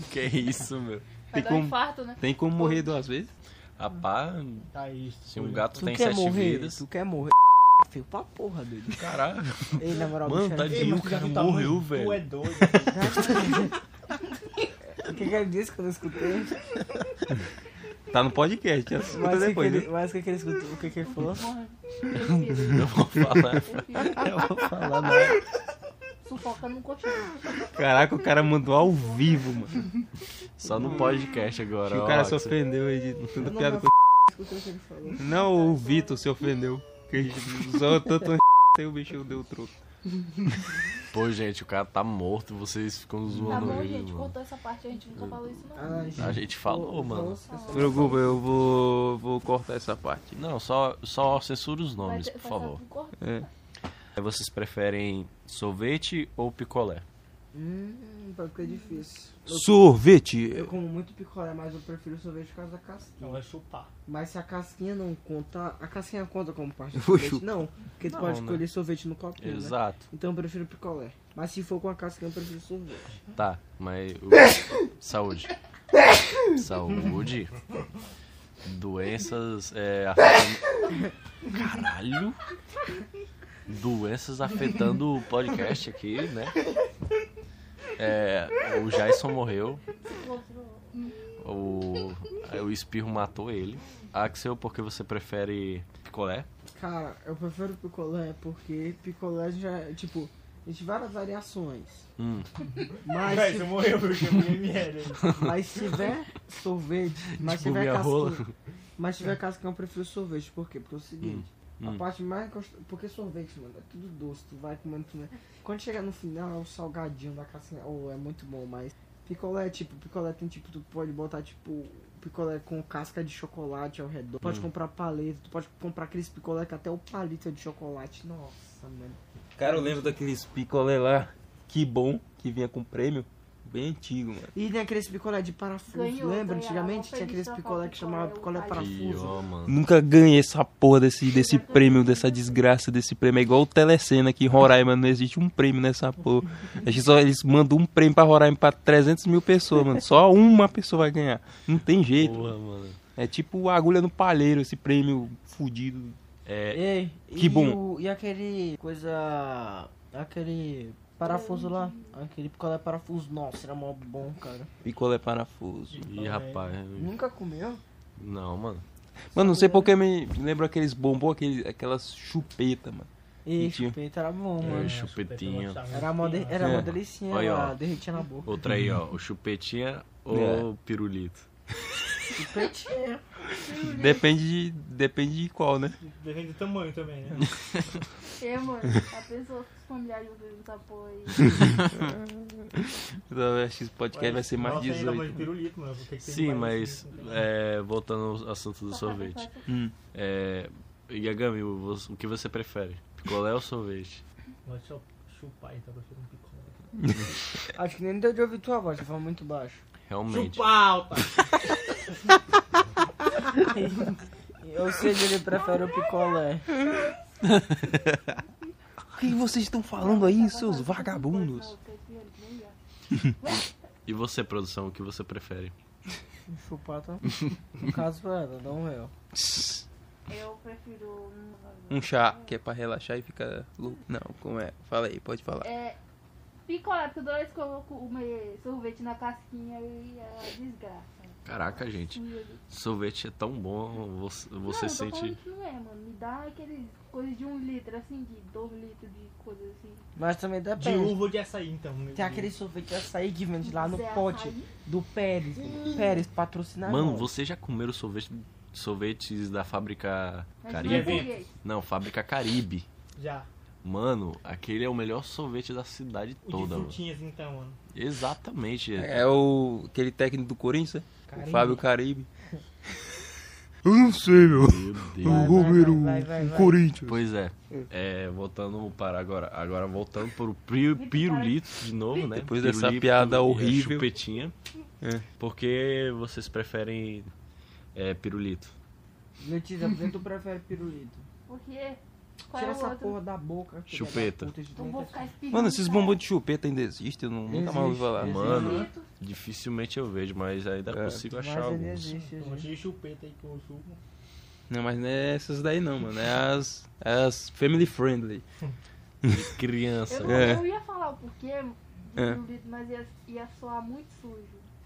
S2: Que isso, meu.
S6: Vai
S1: Tem
S6: dar um
S1: como-
S6: infarto,
S1: [laughs]
S6: né?
S1: Tem como morrer duas vezes?
S2: Rapaz,
S5: Tá isso.
S2: se um gato
S4: Tu
S2: tem
S4: quer
S2: sete
S4: morrer?
S2: vidas.
S4: Tu quer morrer? Feio pra porra,
S2: [laughs]
S4: doido.
S2: Caralho.
S4: Ei, na moral,
S2: Mano,
S4: bicho,
S2: tá
S4: era-
S2: de- Ih, o cara morreu, velho.
S5: Tu é
S2: [laughs]
S5: doido.
S4: O que que ele disse que eu não escutei?
S1: Tá no podcast, já escuta
S4: Mas o que que
S1: depois, [laughs]
S4: ele-
S1: né?
S4: mas o que que ele escutou? O que que ele falou?
S6: Perfeito,
S2: Eu vou falar.
S6: perfeito.
S2: Eu vou falar nada.
S6: Sufoca no colchão.
S1: né? Caraca, o cara mandou ao vivo, mano.
S2: Só no podcast agora.
S1: Acho que
S2: ó,
S1: o cara
S2: que
S1: se
S2: você-
S1: ofendeu aí de tanta
S4: não
S1: piada
S4: vou-
S1: com Não, o Vitor se ofendeu. Que a gente usou [laughs] tanto aí o bicho deu o troco.
S2: Pô, gente, o cara tá morto, vocês ficam
S6: Tá
S2: zoando
S6: bom,
S2: ele,
S6: gente,
S2: mano.
S6: cortou essa parte, a gente nunca falou isso não. Tá
S4: Ah,
S2: A gente falou, mano.
S4: assim,
S1: Se preocupa, eu vou, vou cortar essa parte.
S2: Não, só, só censura os
S6: Vai
S2: nomes,
S6: ter-
S2: por
S6: vai dar
S2: favor.
S6: um corte.
S1: É.
S2: Vocês preferem sorvete ou picolé?
S4: Hum, vai ficar difícil. Eu,
S1: Sorvete!
S4: eu como muito picolé, mas eu prefiro sorvete por causa da casquinha.
S5: Não, é chupar.
S4: Mas se a casquinha não conta, a casquinha conta como parte do
S1: Vou
S4: sorvete?
S1: chupar.
S4: Não, porque tu
S2: Não,
S4: pode
S2: né?
S4: escolher sorvete no copinho, né?
S2: Exato.
S4: Então eu prefiro picolé. Mas se for com a casquinha, eu prefiro sorvete.
S2: Tá, mas. o- Saúde. Saúde. Doenças. É, afetando. Caralho! Doenças afetando o podcast aqui, né? É, o Jason morreu. O, o espirro matou ele. Axel, porque você prefere picolé?
S4: Cara, eu prefiro picolé porque picolé já, tipo, existe várias variações.
S2: Hum,
S4: Mas,
S5: Véi,
S4: se,
S5: você morreu, eu chamo ML.
S4: mas se tiver
S2: [laughs]
S4: sorvete, mas se
S2: Tipo,
S4: tiver
S2: minha rola. É.
S4: casquinha, mas se tiver casquinha, eu prefiro sorvete. Por quê? Porque é o seguinte... A
S2: hum.
S4: parte mais gostosa. Porque sorvete, mano, é tudo doce, tu vai comendo tudo, né? Quando chegar no final, é o salgadinho da casquinha. Oh, é muito bom, mas. Picolé, tipo, picolé tem tipo, tu pode botar, tipo, picolé com casca de chocolate ao redor. Pode
S2: Hum.
S4: comprar paleta, tu pode comprar aqueles picolé que até o palito é de chocolate. Nossa, mano.
S1: Cara, eu lembro daqueles picolé lá, que bom, que vinha com prêmio. Bem antigo, mano.
S4: E tem aqueles picolé de parafuso.
S6: Ganhou,
S4: Lembra?
S6: ganhou.
S4: Antigamente
S6: Foi
S4: tinha
S6: de
S4: aqueles
S6: trocar o
S4: picolé que
S6: picolé,
S4: chamava
S6: o
S4: picolé
S6: palito.
S2: Que
S4: parafuso.
S2: ó, mano.
S1: Nunca ganhei essa porra desse, desse prêmio, dessa desgraça desse prêmio. É igual o Telecena que em Roraima não existe um prêmio nessa porra. Acho que só eles mandam um prêmio pra Roraima pra 300 mil pessoas, mano. Só uma pessoa vai ganhar. Não tem jeito.
S2: Porra, mano.
S1: É tipo agulha no palheiro, esse prêmio fudido.
S2: É,
S4: Ei,
S1: Que
S4: e
S1: bom.
S4: o- e aquele coisa. Aquele parafuso lá. Aquele picolé parafuso. Nossa, era mó bom, cara.
S1: Picolé parafuso.
S2: ih, rapaz.
S4: Nunca comeu?
S2: Não, mano.
S1: Mano, não sei porque me lembro aqueles bombom, aqueles, aquelas chupetas, mano.
S4: E
S1: Mentira.
S4: chupeta era bom,
S2: É,
S5: Então,
S4: mano.
S2: chupetinho.
S4: Era uma, de, era
S1: É.
S4: uma delicinha,
S2: Olha,
S4: ela
S2: ó.
S4: derretia na boca.
S2: Outra aí, ó. O chupetinha ou
S1: É.
S2: o pirulito?
S4: Chupetinha.
S1: Depende de, depende de qual, né?
S5: Depende do tamanho
S2: [laughs]
S5: também, né?
S6: É, mano, a pessoa com os familiares ouvindo essa
S2: [laughs]
S6: porra aí.
S1: Eu acho que esse podcast vai ser mais
S5: Nossa, ainda mais
S1: 18.
S5: pirulito, mano. Por que que tem
S2: Sim,
S5: mais então. né?
S2: mas
S5: pirulito?
S2: é, voltando ao assunto do sorvete.
S1: Hum.
S2: É, Yagami, o vo- o que você prefere? Picolé ou sorvete?
S5: Mas deixa eu chupar, então, pra fazer um picolé.
S4: Acho que nem deu de ouvir tua voz, você falou muito baixo.
S2: Realmente.
S5: Chupar, otário.
S4: [laughs] Eu sei que ele prefere o picolé.
S1: O que vocês estão falando aí, seus vagabundos?
S2: E você, produção, o que você prefere?
S4: Chupar tá. No caso, era, não é, eu.
S6: É, Eu prefiro. um-
S1: Um chá que é pra relaxar e ficar louco. Não, como é? Fala aí, pode falar.
S6: É. Picolé, porque toda vez que eu coloco o meu sorvete na casquinha e é desgraça.
S2: Caraca, gente. Sorvete é tão bom, você, você
S6: não, eu tô
S2: sente.
S6: falando que não é, mano. Me dá aqueles coisas de um litro, assim, de dois litros de coisa assim.
S4: Mas também
S5: De
S4: depende.
S5: uva ou de açaí, então.
S4: Tá
S5: meu
S4: Tem
S5: Deus.
S4: aquele sorvete de açaí que vende lá no
S6: Zé
S4: pote
S6: Açaí.
S4: do Pérez. Pérez, patrocinador.
S2: Mano, você já comeram sorvete, sorvetes da fábrica
S6: Mas não é
S2: Caribe?
S6: burguês.
S2: Não, fábrica Caribe.
S5: Já.
S2: Mano, aquele é o melhor sorvete da cidade
S5: O
S2: toda,
S5: de
S2: mano.
S5: frutinhas, então, mano.
S2: Exatamente.
S1: É o aquele técnico do Corinthians, né? o
S5: Caribe.
S1: Fábio Caribe. [laughs] Eu não sei, meu.
S2: Meu
S4: Vai,
S2: Deus.
S4: vai, vai, vai, vai, vai.
S1: Corinthians.
S2: Pois é, é, voltando para agora, agora voltando para o pri- pirulito de novo, né?
S1: Depois dessa
S2: Pirulito
S1: piada
S2: e a
S1: horrível.
S2: Chupetinha.
S1: É.
S2: Por que vocês preferem é, pirulito?
S4: Letícia, por que tu prefere pirulito?
S6: Porque Qual
S4: Tira
S6: é o
S4: essa
S6: outro?
S4: porra da boca. filha da
S2: Chupeta.
S4: puta, de
S6: Então vou
S4: tentação.
S6: ficar espiando.
S1: Mano, esses bombons de chupeta ainda existem, eu não, nunca mais ouvi
S4: Existe,
S1: falar.
S4: existe.
S2: Mano. Dificilmente eu vejo, mas ainda
S1: É.
S2: consigo
S4: Mas
S2: achar
S4: ele
S2: alguns.
S4: existe,
S5: Tem um monte
S4: existe.
S5: de chupeta aí que eu chupo.
S1: Não, mas não é essas daí não, mano. É as, é as family friendly.
S2: Criança.
S6: Eu, não,
S1: É.
S6: eu ia falar o porquê do
S1: É.
S6: Zumbido, mas ia, ia soar muito sujo.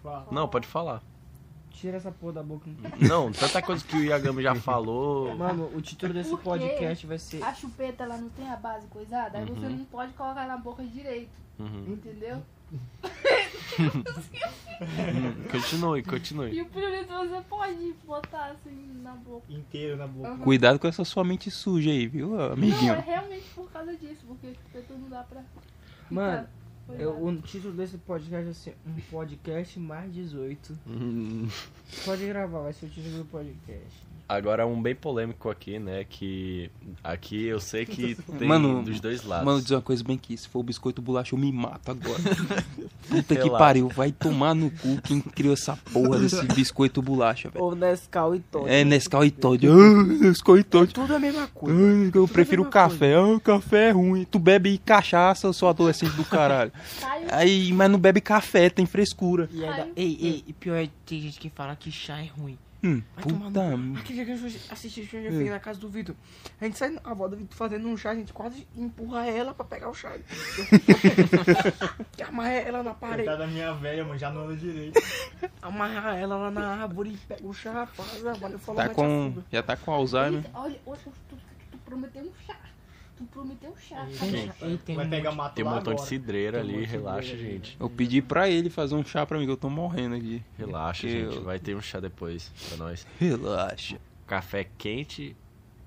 S5: Fala.
S2: Não, pode falar.
S4: Tira essa porra da boca.
S2: Não, tanta coisa que o Yagami já falou.
S4: Mano, o título desse
S6: Por quê?
S4: podcast vai ser.
S6: A chupeta, ela não tem a base coisada, aí você
S2: Uhum.
S6: não pode colocar na boca direito,
S2: Uhum.
S6: entendeu?
S2: Continue, continue.
S6: E o pirulito você pode botar assim na boca.
S4: Uhum.
S5: Inteiro na boca.
S1: Cuidado com essa sua mente suja aí, viu,
S6: Não, é
S1: amiguinho?
S6: realmente por causa disso, porque chupeta não dá pra... ficar
S4: Mano,
S6: coisada.
S4: eu- o título desse podcast vai ser um podcast mais 18.
S2: Uhum.
S4: Pode gravar, vai ser o título do podcast.
S2: Agora um bem polêmico aqui, né? Que aqui eu sei que tem
S1: Mano,
S2: dos dois lados.
S1: Mano, diz uma coisa bem que se for o biscoito bolacha, eu me mato agora. Puta que
S2: Relaxa.
S1: pariu, vai tomar no cu quem criou essa porra desse biscoito bolacha, velho.
S4: Ou Nescau e Todd.
S1: É Nescau e Todd. Ah, Nescau e Todd.
S4: Tudo é a mesma
S1: Ah,
S4: coisa.
S1: Eu prefiro
S4: mesma
S1: café. Ah, o café é ruim. Tu bebe cachaça, eu sou adolescente do caralho.
S6: Caio,
S1: Aí, mas não bebe café, tem frescura.
S4: E ainda,
S6: Ai.
S4: ei, ei, e pior é que tem gente que fala que chá é ruim.
S1: Hum,
S4: Vai tomar
S1: puta.
S4: no cu. Aquele dia que a gente assistiu Stranger Things na casa do Vitor. A gente sai, a avó do Vitor fazendo um chá, a gente quase empurra ela pra pegar o chá. E amarra ela na
S5: Coitada
S4: parede,
S5: da minha velha, mano, já não anda direito.
S4: amarra ela lá na árvore, pega o chá, faz a valeu, falou,
S1: Tá
S4: mete a
S1: com,
S4: fuga.
S1: já tá com Alzheimer.
S6: eita, olha, olha, tu, tu- tu prometeu um chá. Tu prometeu um chá.
S5: Ei,
S6: Caio.
S5: gente,
S4: Ei, tem
S5: Vai
S4: um
S5: pegar
S4: monte.
S5: mato
S2: Tem um
S5: lá
S2: montão de
S5: agora.
S2: cidreira
S5: Tem um
S2: ali,
S5: montão de
S2: relaxa,
S5: cidreira ali.
S2: gente.
S1: Eu pedi pra ele fazer um chá pra mim, que eu tô morrendo aqui.
S2: Relaxa,
S1: Porque
S2: gente.
S1: eu-
S2: Vai ter um chá depois pra nós.
S1: Relaxa.
S2: Café quente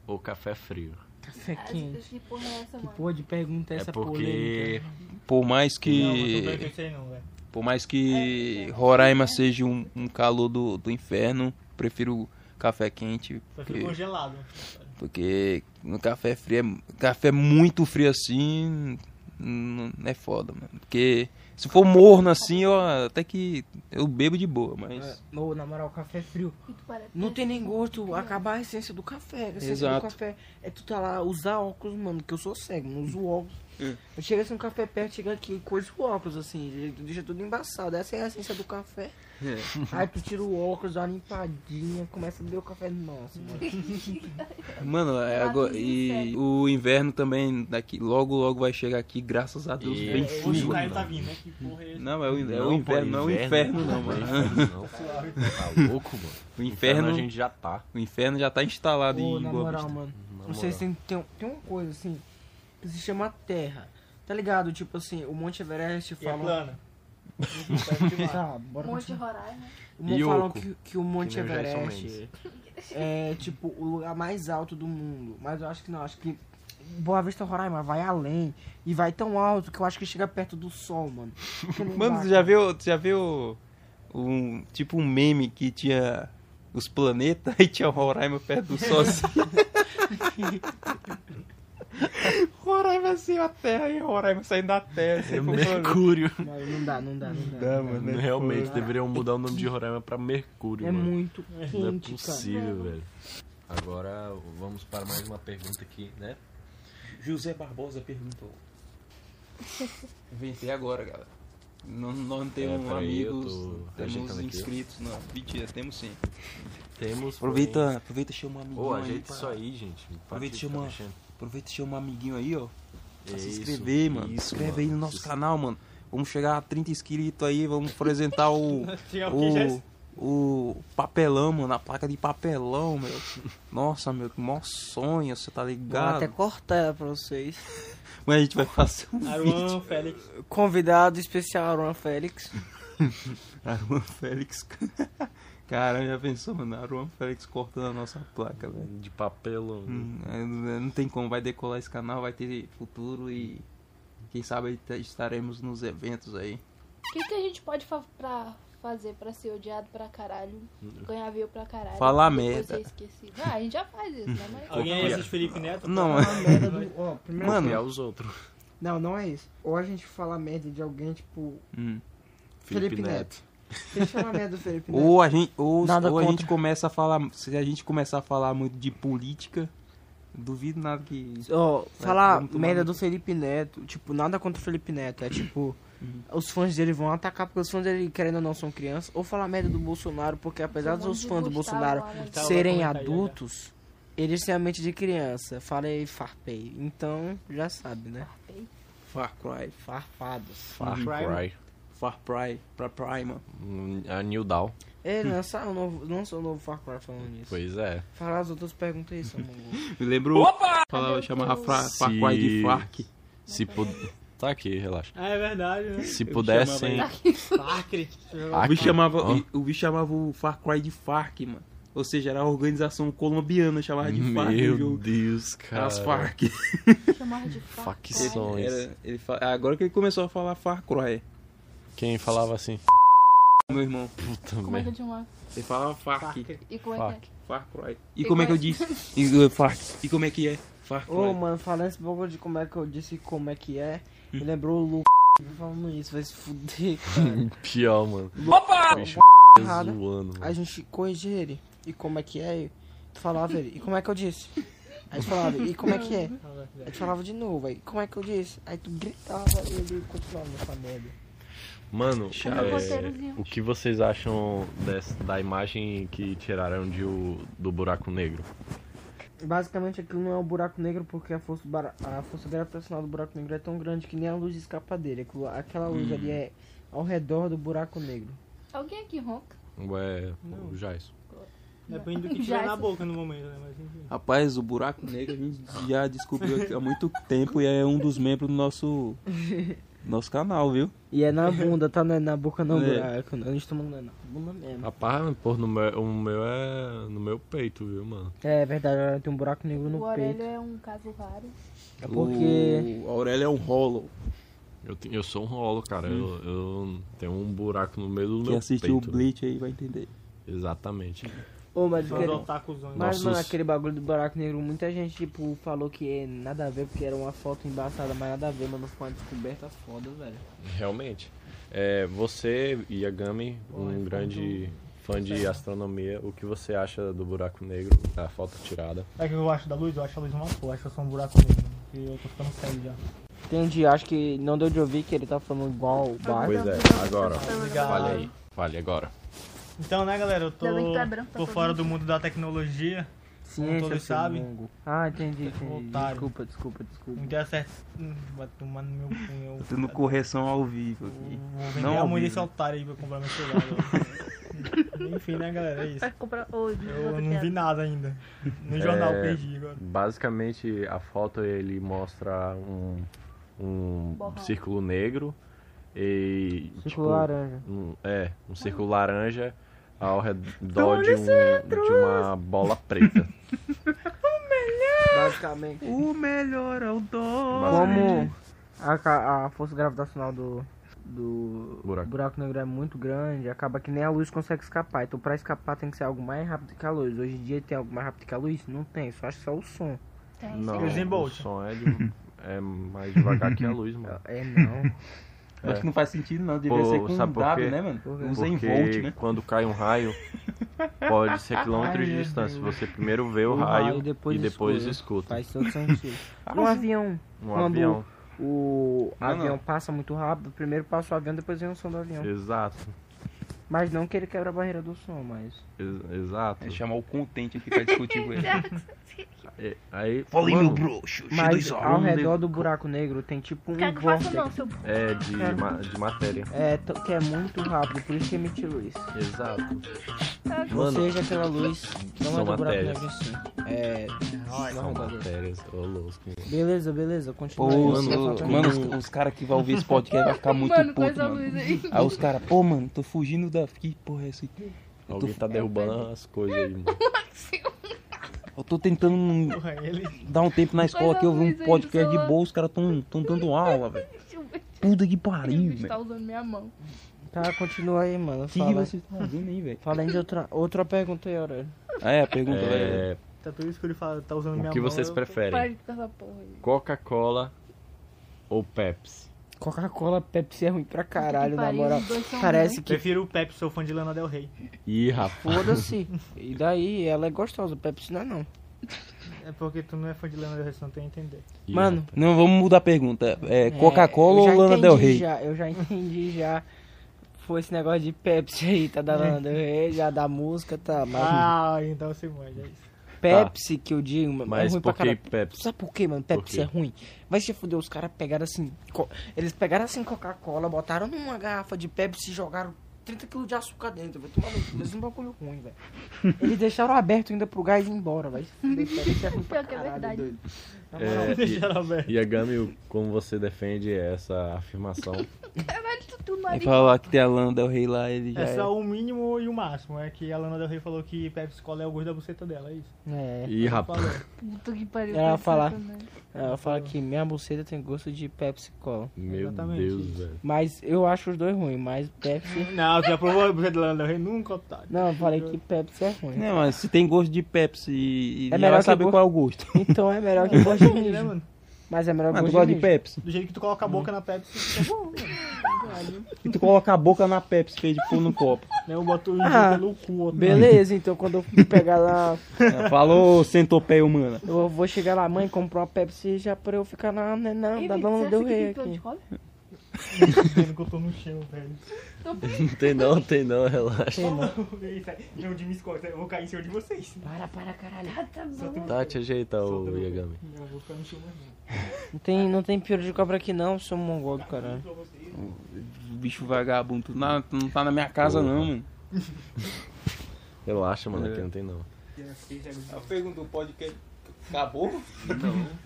S2: ou café frio?
S4: Café
S6: Ah,
S4: quente.
S6: Que porra é essa,
S4: Que
S6: mano?
S4: porra de pergunta é
S2: É
S4: essa
S2: porque.
S4: polêmica?
S1: Por mais
S5: Não, mas não
S1: que.
S5: pergunta isso aí não, velho.
S1: Por mais que Roraima seja um, um calor do, do inferno, prefiro café quente.
S5: Prefiro
S1: Porque,
S5: congelado.
S1: porque no café frio é. Café muito frio assim. Não é foda, mano. Porque se for morno assim, eu até que. Eu bebo de boa, mas.
S4: É, Ô, na moral, café frio.
S6: Que tu parece- um
S4: Não tem nem gosto, acabar a essência do café. né? A essência
S1: Exato.
S4: do café é tu tá lá, usar óculos, mano, que eu sou cego, não uso óculos.
S1: Hum.
S2: É.
S4: Eu chego assim, um café perto, chega aqui, coisa com óculos, assim, deixa tudo embaçado. Essa é a essência do café.
S1: É.
S2: Uhum.
S4: Aí tu tira o óculos, dá uma limpadinha, começa a beber o café. Nossa, mano.
S1: Mano, é agora- e o inverno também, daqui, logo logo vai chegar aqui, graças a Deus,
S4: É.
S2: E-
S1: bem
S2: Hoje
S5: Hoje
S1: frio.
S5: o Caio
S2: mano.
S5: tá vindo, né? Que porra é essa?
S1: Não, é o,
S4: né?
S1: in- é o
S2: Não, pô,
S1: inverno, não é o inferno, não,
S2: pô,
S1: mano.
S2: inferno não. Tá louco, mano.
S1: O
S2: Inferno
S1: inferno,
S2: a gente já tá.
S1: o inferno já tá instalado
S4: Ô,
S1: em
S4: na
S1: Boa
S4: moral,
S1: Vista.
S4: mano.
S2: na
S4: Não sei
S2: moral.
S4: se é tem, tem, tem uma coisa, assim, que se chama terra. Tá ligado? Tipo assim, o Monte Everest
S5: E é
S4: falam...
S5: plana.
S4: Tá, bora
S6: Monte
S4: continuar.
S6: Roraima.
S4: Mo-
S2: Yoko,
S4: Falam que, que o Monte
S2: nem o Jason
S4: Everest [laughs] é tipo o lugar mais alto do mundo. Mas eu acho que não, acho que Boa Vista Roraima vai além e vai tão alto que eu acho que chega perto do sol, mano. Fica lá
S1: Mano,
S4: embaixo.
S1: você já viu, você já viu um tipo um meme que tinha os planetas [laughs] e tinha o Roraima perto do sol assim? [laughs] Roraima assim, a Terra e Roraima saindo da Terra. Assim, pô, mano.
S2: Mercúrio.
S4: Não, não dá, não dá, não dá.
S1: Dá, mano, é
S2: [laughs] Realmente,
S1: foda.
S2: deveriam mudar o nome
S4: [laughs]
S2: de Roraima pra Mercúrio,
S4: É
S2: mano.
S4: muito
S2: Não é
S4: quente, cara.
S2: possível, velho. Agora vamos para mais uma pergunta aqui, né? José Barbosa perguntou.
S1: Inventei agora, galera. Não, não
S2: É,
S1: temos
S2: peraí,
S1: amigos,
S2: eu tô
S1: temos
S2: ajeitando aqui.
S1: inscritos, não. Mentira, temos sim.
S2: Temos.
S1: Aproveita, aproveita e chama um amiguinho
S2: Ô,
S1: aí.
S2: ajeita
S1: pra-
S2: isso aí, gente.
S1: Aproveita e
S2: Fica
S1: chama-
S2: mexendo.
S1: Aproveita e chama um amiguinho aí, ó. Pra se
S2: É Isso,
S1: inscrever, mano.
S2: isso,
S1: se inscreve
S2: mano.
S1: aí no nosso
S2: Se-
S1: canal, mano. Vamos chegar a 30 inscritos aí, vamos apresentar
S2: [laughs]
S1: o.
S5: Tinha É o que já
S1: o, o papelão, mano, a placa de papelão, meu. Nossa, meu, que maior sonho, você tá
S4: Vou
S1: ligado?
S4: até cortar ela pra vocês.
S1: Mas a gente vai fazer um [laughs] vídeo.
S5: Aruan, Félix.
S4: Convidado especial Aron Félix.
S1: Aruan Félix. Cara, já pensou, mano? Aruan Félix cortando a nossa placa, velho.
S2: De papelão. né?
S1: Hum, é, é, Não tem como, vai decolar esse canal, vai ter futuro e quem sabe aí te- estaremos nos eventos aí.
S6: O que, que a gente pode fa pra fazer pra ser odiado pra caralho, ganhar view pra caralho?
S1: Falar
S6: depois
S1: merda.
S6: ser esquecido? Ah, a gente já faz isso, né? Mas
S5: Alguém
S2: Qualquer.
S5: assiste Felipe Neto?
S1: Não,
S5: Pra-
S1: é-
S4: merda do. Ó, primeiro.
S1: Mano.
S2: Copiar os outros.
S4: Não, não é isso. Ou a gente fala merda de alguém, tipo.
S1: Hum.
S4: Felipe, Neto. Deixa eu falar merda do Felipe né? Neto.
S1: Ou a gente, ou,
S4: Nada
S1: ou a
S4: contra.
S1: gente começa a falar, se a gente começar a falar muito de política, Duvido nada que.
S4: Ó,
S1: Vai,
S4: falar
S1: vamos tomar
S4: merda
S1: no
S4: do Felipe Neto, tipo, nada contra o Felipe Neto, é tipo, os fãs dele vão atacar porque os fãs dele, querendo ou não, são crianças, ou falar merda do Bolsonaro, porque [laughs] apesar
S6: Um monte
S4: dos
S6: de
S4: fãs do
S6: Gustavo
S4: Bolsonaro
S6: lá, né?
S5: Tá, vai
S4: serem
S5: comentar aí, já, já.
S4: adultos, eles têm a mente de criança. Falei farpei, então já sabe, né? Far Cry, farpados.
S2: Far Cry.
S1: Far Cry, pra Prima.
S2: Hum, A New Down.
S4: Ele lançaram um novo, lançou um novo Far Cry falando nisso.
S2: Pois é.
S4: Falar as outras perguntas aí, seu mongo.
S1: Me lembro. Opa! Falava, chamava Fra- Far Cry de
S2: Se-
S1: Farc.
S2: Se pud... [laughs] Tá aqui, relaxa.
S5: Ah, é verdade, né?
S2: Se
S1: Eu
S2: pudessem.
S1: chamava
S5: Sacre.
S6: Tá
S1: O bicho chamava,
S2: Ó.
S1: o bicho chamava o Far Cry de Farc, mano. Ou seja, era a organização colombiana, chamava de Farc o
S2: Meu
S1: jogo.
S2: Deus,
S1: Era
S2: cara.
S1: as Farc.
S6: Chamar de né? fa-
S2: Facção. Bom,
S1: Era- ele fa- é, Agora que ele começou a falar Far Cry,
S2: Quem falava assim?
S1: meu irmão.
S2: Puta
S6: Como é
S2: merda.
S4: né?
S6: que eu chamava?
S1: Ele falava Farc.
S5: Sacre.
S6: E como é
S2: Fuck.
S6: que
S1: Far Cry. E
S6: E
S1: como é que eu
S6: qual é?
S1: disse?
S4: [laughs]
S1: E, uh, Far- e como é que é? Far Cry.
S4: Ô, mano, falando esse bagulho de como é que eu disse como é que é, me lembrou o [laughs] Lucas falando isso, vai se fuder, cara.
S2: Pior, mano.
S4: Opa!
S2: Bicho, tá
S4: Errado.
S2: zoando.
S4: A
S2: mano.
S4: gente corrigia ele. E como é que é? E Tu falava ele. E como é que eu disse? Aí tu falava, e como é que é? Aí tu falava de novo, aí como é que eu disse? Aí tu gritava e ele continuava nessa merda.
S2: Mano,
S1: Chave.
S2: é,
S6: Roteirozinho.
S2: o que vocês acham dessa, da imagem que tiraram de o, do buraco negro?
S4: Basicamente aquilo não é um buraco negro porque a força, bara- a força gravitacional do buraco negro é tão grande que nem a luz escapa dele. Aquilo- Aquela luz ali é ao redor do buraco negro.
S6: é? Alguém aqui ronca?
S2: Ué, o Jais.
S5: Depende do É que tiver
S6: é
S5: na boca no momento, né? Mas enfim.
S1: Rapaz, o buraco negro a gente já descobriu aqui há muito tempo e é um dos membros do nosso
S4: [laughs]
S1: nosso canal, viu?
S4: E é na bunda, tá? Não é na boca não,
S1: É.
S4: buraco. A gente toma não é na bunda mesmo.
S2: Rapaz, pô, no meu, o meu é no meu peito, viu, mano?
S4: É verdade, ela tem um buraco negro
S6: O
S4: no
S6: Aurélio
S4: peito.
S6: é um caso raro.
S4: É porque.
S1: O Aurélio é um hollow
S2: Eu, te- eu sou um rolo, cara. Eu, eu tenho um buraco no meio do
S1: que
S2: meu
S1: assistiu Hum. o
S2: peito.
S1: Bleach aí vai entender.
S2: Exatamente.
S4: Ô, mas
S5: Só os
S4: aquele...
S5: otakus, né?
S4: Mas,
S2: Nossos-
S4: mano, aquele bagulho do buraco negro, muita gente, tipo, falou que é nada a ver, porque era uma foto embaçada, mas nada a ver, mano. Foi uma descoberta foda, velho.
S2: Realmente. É, você, Yagami, um grande fã de astronomia, o que você acha do buraco negro, da foto tirada?
S5: Sabe o É que eu acho da luz? Eu acho a luz uma porra, acho que eu sou um buraco negro. Porque eu tô ficando cego já.
S4: Entendi, acho que não deu de ouvir que ele tá falando igual o Bart.
S2: Pois é, agora.
S5: Obrigado.
S2: Fale aí. Fale agora.
S5: Então, né, galera, eu tô
S6: Ainda bem que tá branco, tá
S5: por
S6: todo
S5: fora
S6: mundo
S5: do mundo da tecnologia. Como todos
S4: seu
S5: sabem.
S4: mongo. Ah, entendi, entendi.
S5: Otário.
S4: Desculpa, desculpa, desculpa.
S5: Não deu certo. Hum, Vai tomar no
S1: [laughs]
S5: meu. no meu-
S1: Tá tendo correção ao vivo
S5: Vou
S1: aqui.
S5: vender
S1: Não é
S5: a
S1: ao
S5: mãe
S1: vivo.
S5: desse otário aí pra comprar meu celular. velho. Enfim, né, [laughs] galera? É isso.
S6: Vai comprar. né? Oi,
S5: Eu não vi nada ainda. No jornal,
S1: É.
S5: perdi agora.
S2: Basicamente, a foto ele mostra um, um
S6: Borrão.
S2: círculo negro e.
S4: Círculo
S2: tipo,
S4: laranja.
S2: um- é, um círculo laranja ao redor de, um- de uma bola preta.
S4: Basicamente.
S1: O melhor é o dó.
S4: Como a, ca- a força gravitacional do, do
S2: Buraco.
S4: negro é muito grande, acaba que nem a luz consegue escapar. Então pra escapar tem que ser algo mais rápido que a luz. Hoje em dia tem algo mais rápido que a luz? Não tem, só acho que só o som.
S6: tá assim.
S2: Não,
S5: Usain
S2: o
S5: Bolt.
S2: som é, de- é mais devagar que a luz,
S4: [laughs]
S2: mano. [laughs]
S4: É não.
S1: Acho que não faz sentido não, devia
S2: É. Pô,
S1: ser com
S2: sabe
S1: um
S2: por quê?
S1: W, né, mano?
S4: Por quê?
S1: Usa em
S2: Porque
S1: volt, né?
S2: quando cai um raio, pode ser quilômetros de
S4: Ai, meu
S2: distância.
S4: Deus.
S2: Você primeiro vê o,
S4: O
S2: raio,
S4: raio,
S2: e
S4: depois
S2: depois, Ah, escuta.
S4: Faz todo sentido.
S2: [laughs]
S4: um avião.
S2: Um
S4: Quando
S2: avião.
S4: o
S2: Ah,
S1: Não,
S4: avião
S1: não.
S4: passa muito rápido, primeiro passa o avião, depois vem o som do avião.
S2: Exato.
S4: Mas não que ele quebra a barreira do som, mas.
S2: ex- exato.
S1: É chamar o contente aqui pra discutir com ele.
S2: É, aí,
S1: Falei,
S2: [laughs] mano,
S1: meu bruxo,
S4: Mas
S1: X2O.
S4: ao redor
S2: né?
S4: do buraco negro tem tipo um
S6: Quer que eu
S4: vórtice.
S6: faça não,
S1: Tá
S6: seu.
S2: É de, ma- de matéria.
S4: É, t- que é muito rápido, por isso que emite luz.
S2: Exato.
S4: Ou
S2: Mano,
S4: seja, aquela luz não é
S2: são
S4: do buraco
S2: matérias.
S4: negro em si. É.
S2: são
S4: não, beleza.
S2: matérias. Ô, louco.
S4: Beleza, beleza, continua. aí,
S1: Pô,
S4: você
S2: mano,
S4: vai
S1: mano,
S4: falar.
S1: mano, os, os caras que vão ouvir esse podcast vai ficar muito
S6: Mano, com
S1: puto,
S6: essa
S1: mano.
S6: luz aí.
S1: Aí os caras, pô, mano, tô fugindo da. Que porra é essa aqui? Eu tô,
S2: Alguém tá derrubando as coisas aí, mano.
S1: eu tô tentando não
S5: Porra, ele.
S1: dar um tempo na escola
S6: a
S1: aqui, eu vi um
S6: luz aí do
S1: podcast de
S6: celular.
S1: boa, os caras tão, tão dando aula, velho. Puta que
S6: [laughs]
S1: pariu,
S6: Ele tá
S1: velho.
S6: usando minha mão.
S4: Tá, continua aí, mano.
S1: O que, que
S4: Fala,
S1: vocês estão fazendo aí, velho?
S4: fala aí de outra, outra pergunta aí, Aurélio.
S1: Ah, é, a pergunta, velho.
S2: É,
S4: né?
S5: Tá tudo isso que ele fala, tá usando minha
S2: o que
S5: mão.
S2: vocês
S5: eu-
S2: preferem?
S6: Pare com essa porra aí.
S2: Coca-Cola ou Pepsi?
S4: Coca-Cola, Pepsi é ruim pra caralho, na
S6: pariu,
S4: moral.
S6: os dois são
S4: Parece
S6: ruins.
S4: que
S5: Prefiro o Pepsi, sou fã de Lana Del Rey.
S2: Ih, rapaz.
S4: foda-se. E daí, ela é gostosa, Pepsi não é não.
S5: É porque tu não é fã de Lana Del Rey, senão tu ia entender.
S2: Ih,
S4: Mano,
S2: rapaz.
S1: Não, vamos mudar a pergunta. É, Coca-Cola
S4: eu já
S1: ou Lana
S4: entendi
S1: Del Rey?
S4: Já, eu já entendi já. Foi esse negócio de Pepsi aí, tá da Lana Del Rey, já da música, tá. Mas
S5: Ah, então você manja é isso.
S4: Pepsi que eu digo, mano, é
S2: Mas
S4: ruim
S2: por
S4: pra
S2: que
S4: caralho.
S2: Pepsi?
S4: Sabe por quê, mano? Pepsi
S2: quê?
S4: é ruim. Vai se fuder, os caras pegaram assim. co- Eles pegaram assim Coca-Cola, botaram numa garrafa de Pepsi e jogaram 30 kg de açúcar dentro. Vai tomar no cu, mas um bagulho
S1: [laughs]
S4: ruim, velho. Eles deixaram aberto ainda pro gás ir embora, vai se fuder, Pepsi é ruim pra
S6: [laughs] Pior que é
S4: caralho,
S6: verdade.
S4: doido. Na moral,
S2: É,
S5: Deixaram aberto.
S2: e, Yagami, como você defende essa
S4: [laughs]
S2: afirmação?
S6: Caralho, tá tu, tu
S1: Aí
S6: marido.
S1: falar que tem a Lana Del Rey lá, ele já
S5: É
S1: é.
S5: só o mínimo e o máximo. É que a Lana Del Rey falou que Pepsi Cola é o gosto da buceta dela, é isso.
S4: É.
S2: Ih, rapaz.
S6: Puta que pariu.
S4: Ela
S6: tá
S4: falar.
S6: sacanagem.
S4: Ela fala que minha buceta tem gosto de Pepsi Cola.
S2: Meu
S5: Exatamente
S2: Deus,
S5: isso.
S2: velho.
S4: Mas eu acho os dois ruins, mas
S1: [laughs]
S4: Pepsi.
S5: Não, tu já provou a buceta da Lana Del Rey? Nunca, otário.
S4: Não, eu falei que Pepsi é ruim.
S1: Não, mas se tem gosto de Pepsi e
S4: É
S1: e
S4: melhor
S1: ela
S4: que
S1: sabe
S4: gosto-
S1: qual é o gosto.
S4: Então é
S1: [laughs]
S4: melhor que gosto de
S5: Né,
S4: mijo.
S5: mano?
S4: Mas é melhor que
S1: Mas tu
S4: gosto
S1: gosta
S4: de
S1: de
S4: mijo.
S1: Pepsi?
S5: Do jeito que tu coloca a boca na Pepsi, fica bom.
S1: E tu coloca a boca na Pepsi, feito de pôr no [laughs] copo.
S5: Né, eu boto o
S4: Ah,
S5: pelo cu, otário. Tá
S4: Beleza, então quando eu pegar lá,
S1: É, Falou, centopeia humana.
S4: eu vou chegar lá, mãe, comprar uma Pepsi já pra eu ficar na, na, na
S6: Ei,
S4: da
S6: Vitor,
S4: Lana
S6: você
S4: Del
S6: acha que
S4: Rey um aqui.
S6: tem pior de cobra?
S5: Vendo que eu tô no chão, velho. [laughs]
S2: Não tem não, tem não, relaxa.
S5: Eita, Meu Jimmy Scott, eu vou cair em cima de vocês.
S4: Para, para, caralho.
S6: Ah, tá bom.
S2: Tá, te ajeita o Yagami.
S5: Não, eu vou ficar no chão né, mais não.
S4: Não tem, não tem pior de cobra aqui não, seu mongol do caralho.
S5: Pra vocês.
S1: Bicho vagabundo, tu na- tu não, tá na minha casa
S2: Porra.
S1: não, mano.
S2: Relaxa, mano,
S4: É.
S2: aqui não tem não.
S1: A pergunta do podcast acabou?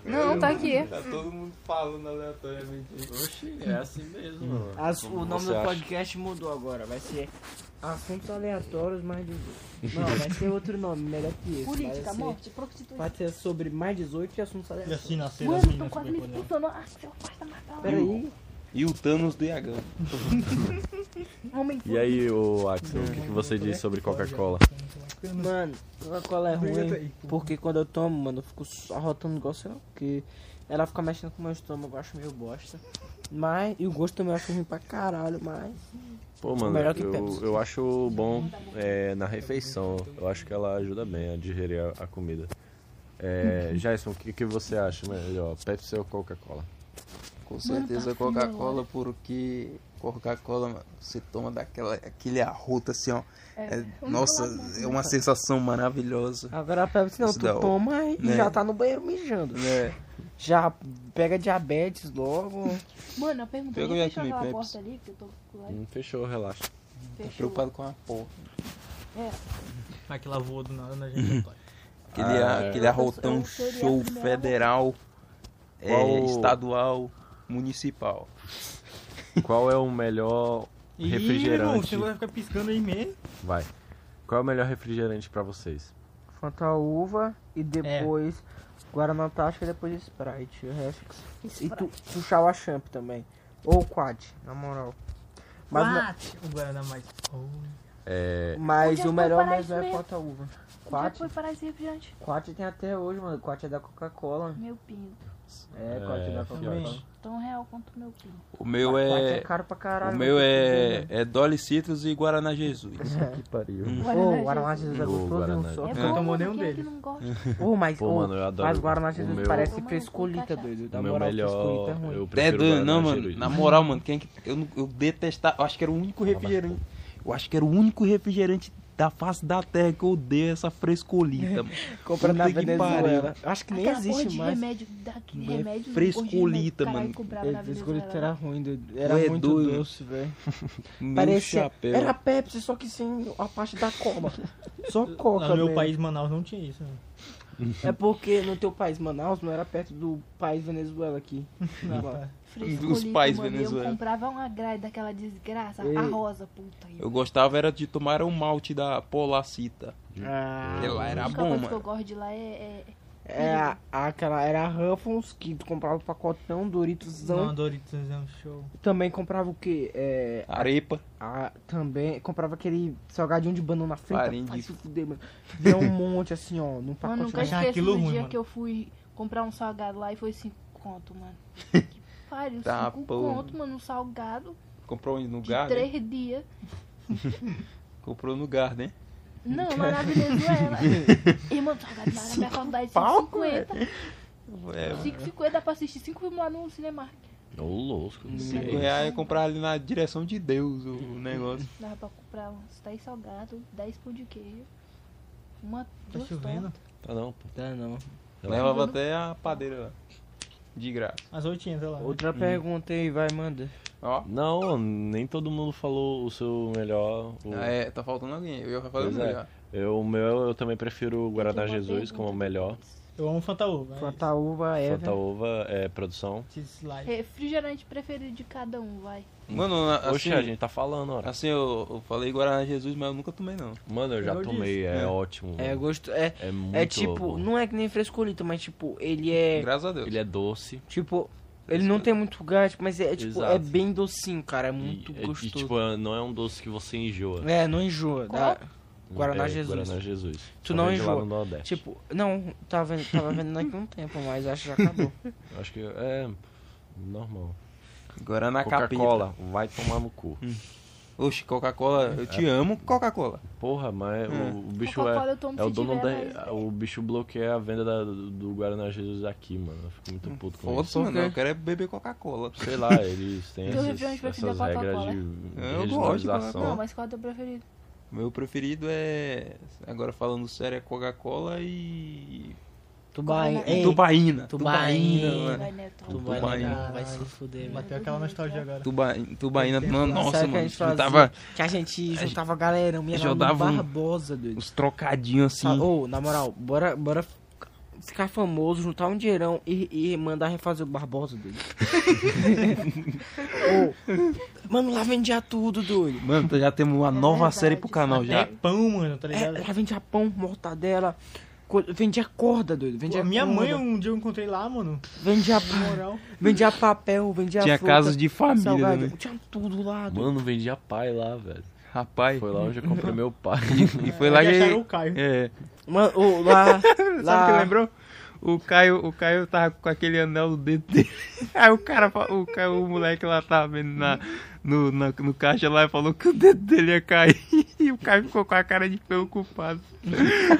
S6: Não, tá aqui.
S1: Tá todo mundo falando aleatoriamente. Oxi.
S2: É assim mesmo,
S4: Hum.
S2: mano.
S4: o nome
S2: você
S4: do
S2: acha?
S4: podcast mudou agora, vai ser Assuntos Aleatórios Mais 18. Não, vai ser outro nome, melhor que esse.
S6: Política,
S4: vai ser-
S6: morte, prostituição.
S4: Vai ser sobre mais 18 e assuntos
S5: E
S4: aleatórios.
S5: assim nasceram as
S6: Mano, estão
S5: meninas
S6: quase me
S5: superpoderosas.
S6: expulsando. Ah, seu pai tá matando.
S4: Peraí,
S1: E o Thanos do Yagão.
S6: Homem
S2: E aí, o Axel, o que, que você diz sobre Coca-Cola?
S4: mano, Coca-Cola é
S5: Obrigado
S4: ruim.
S5: aí.
S4: Porque quando eu tomo, mano, eu fico só arrotando igual sei lá o que. Ela fica mexendo com o meu estômago, eu acho meio bosta. Mas, e o gosto também eu acho ruim pra caralho, mas.
S2: Pô, mano,
S4: Melhor que
S2: eu,
S4: Pepsi.
S2: eu acho bom é, na refeição. Eu acho que ela ajuda bem a digerir a, a comida.
S4: Uhum.
S2: É, Jason, o que, que você acha melhor, Pepsi ou Coca-Cola?
S1: Com
S6: tá
S1: certeza Coca-Cola, porque Coca-Cola mano, você toma daquela aquele arroto assim, ó. É- nossa, é uma sensação maravilhosa.
S4: Agora a Pepsi não,
S1: Isso
S4: tu
S1: dá o-
S4: toma e
S1: né?
S4: já tá no banheiro mijando.
S1: Né?
S4: Já pega diabetes logo.
S6: Mano, a pergunta
S1: Pior que eu
S6: é
S1: já
S6: fechar
S1: tomei
S6: aquela
S1: Pepsi.
S6: porta ali, que eu tô lá,
S2: Hum, fechou, relaxa.
S6: fechou. É,
S1: Preocupado com a porra.
S5: Ah, que lavou do nada na
S1: Uhum.
S5: gente. otário.
S1: Aquele,
S2: Ah,
S1: aquele
S6: eu
S1: arrotão
S6: sou- eu seria a
S1: show
S6: primeira
S1: federal, é,
S2: Qual-
S1: estadual, municipal.
S2: [laughs] Qual é o melhor
S5: Ih,
S2: refrigerante?
S5: irmão, você vai ficar piscando aí mesmo.
S2: Vai. Qual é o melhor refrigerante pra vocês?
S4: Fanta uva e depois Guaraná Antártica e depois Sprite. O resto que E tu, tu Chawa Champ também. Ou Quad, na moral. Mas, na-
S5: Quatro. O Guaraná mais. Oh.
S2: É,
S4: mas
S6: Onde
S4: o
S6: é
S4: melhor
S6: Guaraná
S4: mesmo é
S6: mesmo?
S4: Fanta Uva.
S6: Onde é que
S4: Quad,
S6: foi parar esse refrigerante?
S4: Quad tem até hoje, mano. Quad é da Coca-Cola.
S6: Meu pinto.
S4: É,
S2: É,
S4: Quad é da
S2: realmente.
S4: Coca-Cola.
S6: Tão real quanto meu pinto.
S1: O meu
S4: Quad
S1: é.
S4: é caro pra caralho.
S1: O meu
S4: mano,
S1: é,
S4: tem
S1: é Dolly Citrus e Guaraná Jesus.
S4: que ter, né?
S2: que pariu.
S4: Ô, o Guaraná Jesus é
S2: Ô,
S4: gostoso e
S2: Guaraná.
S4: um só.
S2: Não
S4: [laughs]
S6: É bom,
S5: tomou
S6: mano,
S5: nenhum
S6: quem é que
S5: deles.
S6: não gosta?
S4: Ô, mas,
S2: Pô,
S4: ô,
S2: mano, eu adoro.
S4: mas Guaraná
S2: O
S4: Jesus
S2: meu-
S4: parece
S6: Ô, mano,
S4: frescolita,
S6: cachaça.
S4: doido.
S2: O
S4: Da
S2: meu
S4: moral, frescolita é
S2: melhor.
S4: ruim.
S2: Eu
S1: É
S2: prefiro
S1: doido, não,
S2: Guaraná
S1: mano.
S2: Jerez.
S1: Na moral, mano, quem é que, eu, não- eu detestava. Eu acho que era o único refrigerante. Eu acho que era o único refrigerante da face da terra que eu odeio essa frescolita, mano.
S4: Compra na
S1: Puta que
S4: Venezuela. Acho que nem
S6: Aquela porra
S4: existe
S6: de
S4: mais.
S6: remédio, daquele
S1: Não é
S6: remédio. um
S1: frescolita, mano.
S6: monte de remédio, caralho, comprava na
S4: É, frescolita
S6: Venezuela.
S4: era ruim, doido. Era
S1: Ué,
S4: muito
S1: doido.
S4: doce, velho.
S1: Meu
S4: Parecia.
S1: chapéu.
S4: Era Pepsi, só que sem a parte da
S2: [laughs]
S4: cola. Só coca,
S5: Lá no é meu
S4: mesmo.
S5: país, Manaus, não tinha isso. né?
S4: É porque no teu país, Manaus, não era perto do país
S2: [laughs]
S4: Venezuela aqui. Lá.
S6: Frescolita,
S1: Dos pais
S6: mano, e
S1: Venezuela.
S6: Eu comprava uma grade daquela desgraça,
S4: Ei.
S6: a rosa, puta.
S1: Eu gostava era de tomar o malte da Polacita.
S2: É
S4: Ah,
S1: Sei lá,
S5: Tá
S1: era
S6: Os
S1: bom,
S6: capotes que eu
S1: mano.
S6: gosto de lá é... é-
S4: é a- aquela, era a Ruffles, que tu comprava o pacotão, Doritosão.
S5: Não, Doritos é um show.
S4: Também comprava o quê? É,
S1: Arepa.
S4: a- também comprava aquele salgadinho de banana frita.
S1: Farinha
S4: Vai
S1: de-
S4: se fuder, mano. Vinha um monte assim, ó, num
S6: Mano,
S4: pacote.
S6: nunca
S5: Achar
S4: mais-
S6: esqueço
S5: Tá aquilo
S6: do
S5: ruim,
S6: dia
S5: mano.
S6: que eu fui comprar um salgado lá e foi 5
S1: [laughs]
S6: conto, mano. Que pariu, 5
S1: Tá, porra.
S6: conto, mano, um salgado
S1: Comprou no
S6: de
S1: Garden.
S6: 3 dias.
S1: Comprou no Garden. [laughs]
S6: Não, mas na Venezuela. Irmão, salgado lá na minha faculdade, 5,50.
S1: É,
S6: 5,50 dá pra assistir 5 filmes lá no cinema.
S2: Ô, louco. não sei.
S1: cinco reais é comprar ali na direção de Deus o o negócio.
S6: Dá pra comprar uns 10 salgados, 10 pão de queijo. Uma,
S5: Tá
S6: duas
S5: chovendo?
S6: tortas.
S2: Tá não, pô.
S4: Tá não.
S1: Levava até a padeira lá. De graça.
S5: As oitinhas, sei lá.
S4: Outra
S2: Hum.
S4: pergunta aí, vai, manda.
S1: Ó.
S2: Não, nem todo mundo falou o seu melhor. O...
S1: Ah, é, tá faltando alguém. Eu ia fazer o
S2: Pois é.
S1: melhor.
S2: Eu, o meu eu também prefiro o Guaraná
S6: Tem uma
S2: Jesus como o
S6: pergunta.
S2: melhor.
S5: Eu amo Fantaúva. Fantaúva.
S4: Fantaúva, é.
S2: Fanta Uva é produção.
S6: Refrigerante preferido de cada um, vai.
S1: Mano, na- assim,
S2: Oxe, a gente tá falando, ora.
S1: assim eu, eu falei Guaraná Jesus, mas eu nunca tomei não.
S2: Mano, eu já
S5: Eu
S2: tomei, é,
S1: É.
S2: ótimo.
S4: É
S2: mano.
S4: gosto. É,
S2: é muito
S4: é tipo,
S2: bom.
S4: não é que nem frescolito, mas tipo, ele é.
S1: Graças a Deus.
S2: Ele é doce.
S4: Tipo, ele não tem muito gás, mas é tipo, é
S2: Exato.
S4: bem docinho, cara. É muito
S2: e, é-
S4: gostoso.
S2: E, tipo, é- não é um doce que você enjoa.
S4: É, não enjoa. dá- Guaraná
S2: É,
S4: Jesus.
S2: Guaraná Jesus.
S4: Tu
S2: Só
S4: não
S2: vende lá
S4: enjoa.
S2: no Nordeste.
S4: Tipo, não, tava, tava vendendo aqui um tempo, mas acho que já [laughs] acabou.
S2: Eu Acho que é normal. Hum.
S1: Guaraná Capeta.
S2: Coca-Cola, vai tomar no cu.
S1: Oxe, Coca-Cola, eu
S2: É.
S1: te amo, Coca-Cola. Porra,
S2: Porra, mas
S1: É.
S2: o,
S4: Hum.
S2: o bicho
S6: Coca-Cola
S2: é.
S6: eu tomo
S2: É o
S6: se
S2: dono
S6: tiver,
S2: da.
S6: mas-
S2: O bicho bloqueia a venda da- do, do Guaraná Jesus aqui, mano. Eu fico
S4: Hum,
S2: muito puto com isso.
S1: foda-se, mano.
S4: quê?
S1: Eu quero é beber Coca-Cola.
S2: Sei lá, eles têm
S6: Teu
S2: essas,
S6: refrigerante preferido é
S2: essas regras
S6: Coca-Cola?
S2: de
S4: É,
S1: Eu gosto de
S2: regionalização.
S1: Coca-Cola.
S6: Não, mas qual é o teu preferido?
S1: Meu preferido é. Agora falando sério, é Coca-Cola e. é?
S4: É. Tubaína.
S6: Ei,
S1: Tubaína.
S4: Tubaína,
S1: mano.
S6: Vai, né, Neto.
S4: Tubaína. né, Vai se fuder, mano.
S5: É, Bateu aquela nostalgia agora.
S1: Tubaína, tubaína
S5: Tem
S1: mano,
S5: tempo
S1: nossa,
S4: Sabe o que a
S1: mano.
S4: gente fazia?
S1: Juntava
S4: Que a gente juntava galerão, minha
S1: juntava um-
S4: Barbosa, doido.
S1: uns trocadinhos assim.
S4: Ô, na moral, bora, bora ficar famoso, juntar um dinheirão e, e mandar refazer o Barbosa, [laughs] doido. Ô, mano, lá vendia tudo, doido.
S1: Mano, então já temos uma
S6: É
S1: nova
S6: verdade,
S1: série pro canal já.
S5: É pão, mano, tá
S4: É,
S5: ligado?
S4: lá vendia pão, mortadela. co- Vendia corda, doido. Vendia
S1: é
S5: Pô, minha
S4: corda,
S5: mãe, um dia eu encontrei lá, mano.
S4: [laughs] vendia,
S5: Na moral.
S4: vendia papel, vendia
S1: Tinha
S4: fruta,
S1: casas de família,
S4: salgado,
S1: né?
S4: Tinha tudo lá, doido.
S2: Mano, vendia pai lá, velho.
S1: Rapaz.
S2: Foi lá onde eu comprei meu pai.
S1: E foi lá
S5: Aí acharam um
S1: que.
S5: o Caio.
S1: É.
S4: Mano, ô,
S1: [laughs]
S4: lá,
S1: Sabe o que
S4: lá.
S1: lembrou? O Caio, o Caio tava com aquele anel no dedo dele. [laughs] Aí o cara, fa- o, Caio, o moleque lá tava vendo na, no, na- no caixa lá e falou que o dedo dele ia cair. [laughs] E o Caio ficou com a cara de preocupado.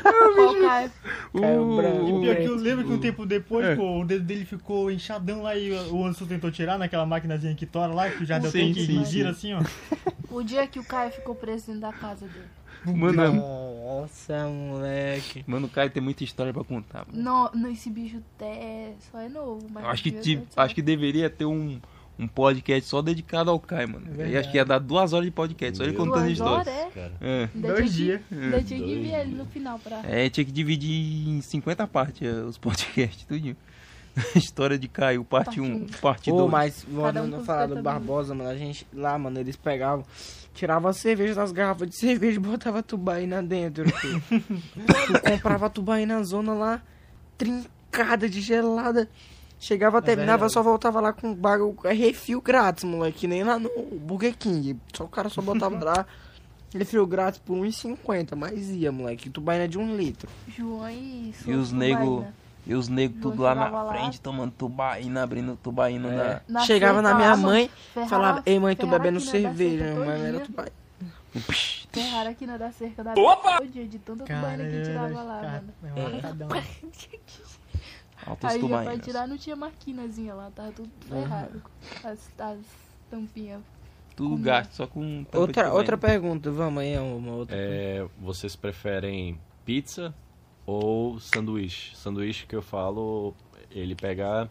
S6: Qual cara?
S1: O,
S4: Caio Branco.
S5: E
S1: Uh, o,
S5: pior que eu lembro que um tempo depois,
S1: É.
S5: pô, o dedo dele ficou inchadão lá e o Anderson tentou tirar naquela maquinazinha que tora lá, que já deu
S1: Sim,
S5: tempo que
S1: sim,
S5: gira assim, ó.
S6: O dia que o Caio ficou preso dentro da casa dele.
S1: mano,
S4: Nossa, moleque.
S1: mano, o Caio tem muita história pra contar. mano.
S6: Não, não esse bicho é, só é novo. Mas
S1: Acho que,
S6: meu
S1: ti-
S6: Deus do céu.
S1: acho que deveria ter um, um podcast só dedicado ao Caio, mano.
S5: É
S1: E acho que ia dar duas horas de podcast, só ele
S2: Meu
S1: contando
S6: Duas horas,
S1: histórias.
S6: é?
S2: Cara,
S1: É.
S6: Ainda
S5: Dois
S6: tinha que-
S1: dias.
S6: Ainda tinha que
S2: Dois
S6: ver ele no final pra...
S1: É, tinha que dividir em 50 partes eh, os [laughs] podcasts, tudinho. História de Caio, parte
S6: Parte
S1: 1,
S6: um.
S1: parte
S4: Ô,
S1: 2.
S4: mas
S6: um
S4: voltando a
S6: com
S4: falar do
S6: 50
S4: Barbosa, mano, a gente lá, mano, eles pegavam, tiravam a cerveja das garrafas de [laughs] cerveja e botava tubaína dentro.
S6: [laughs]
S4: filho. tu comprava tubaína na zona lá, trincada de gelada. Chegava, terminava,
S5: verdade.
S4: só voltava lá com bagulho, refil grátis, moleque, que nem lá no Burger King. Só o cara só botava
S6: [laughs]
S4: lá, refil grátis por 1,50, mas ia, moleque, tubaína de um litro.
S6: João e...
S1: E os
S6: Socorro
S1: nego-
S6: Baina.
S1: E os negros
S6: Não
S1: tudo lá
S6: chegava
S1: na
S6: lá.
S1: frente, tomando tubaína, abrindo tubaína
S4: É.
S1: na...
S6: Na
S4: Chegava na
S6: feira
S4: minha
S6: lá,
S4: mãe,
S6: ferrava-
S4: falava, ei mãe, tô
S6: ferrava
S4: bebendo
S6: aqui na da
S4: cerveja,
S6: cerca
S4: mas era
S6: todinha.
S4: tubaína.
S1: Psh,
S6: Ferraram aqui na da cerca da Opa! de tanta tubaína que tirava lá,
S5: cara,
S6: mano.
S5: é um atacadão.
S1: altas
S6: Aí já pra
S1: tubaínas.
S6: tirar não tinha marquinazinha lá, tava tudo ferrado.
S4: Ah.
S6: As, as tampinhas.
S1: Tudo
S6: Comida.
S1: gasto, só Tá com... tampa de
S4: Outra,
S1: tubaína.
S4: outra pergunta, vamos aí, uma outra.
S2: é, vocês preferem pizza ou sanduíche? Sanduíche que eu falo, ele pega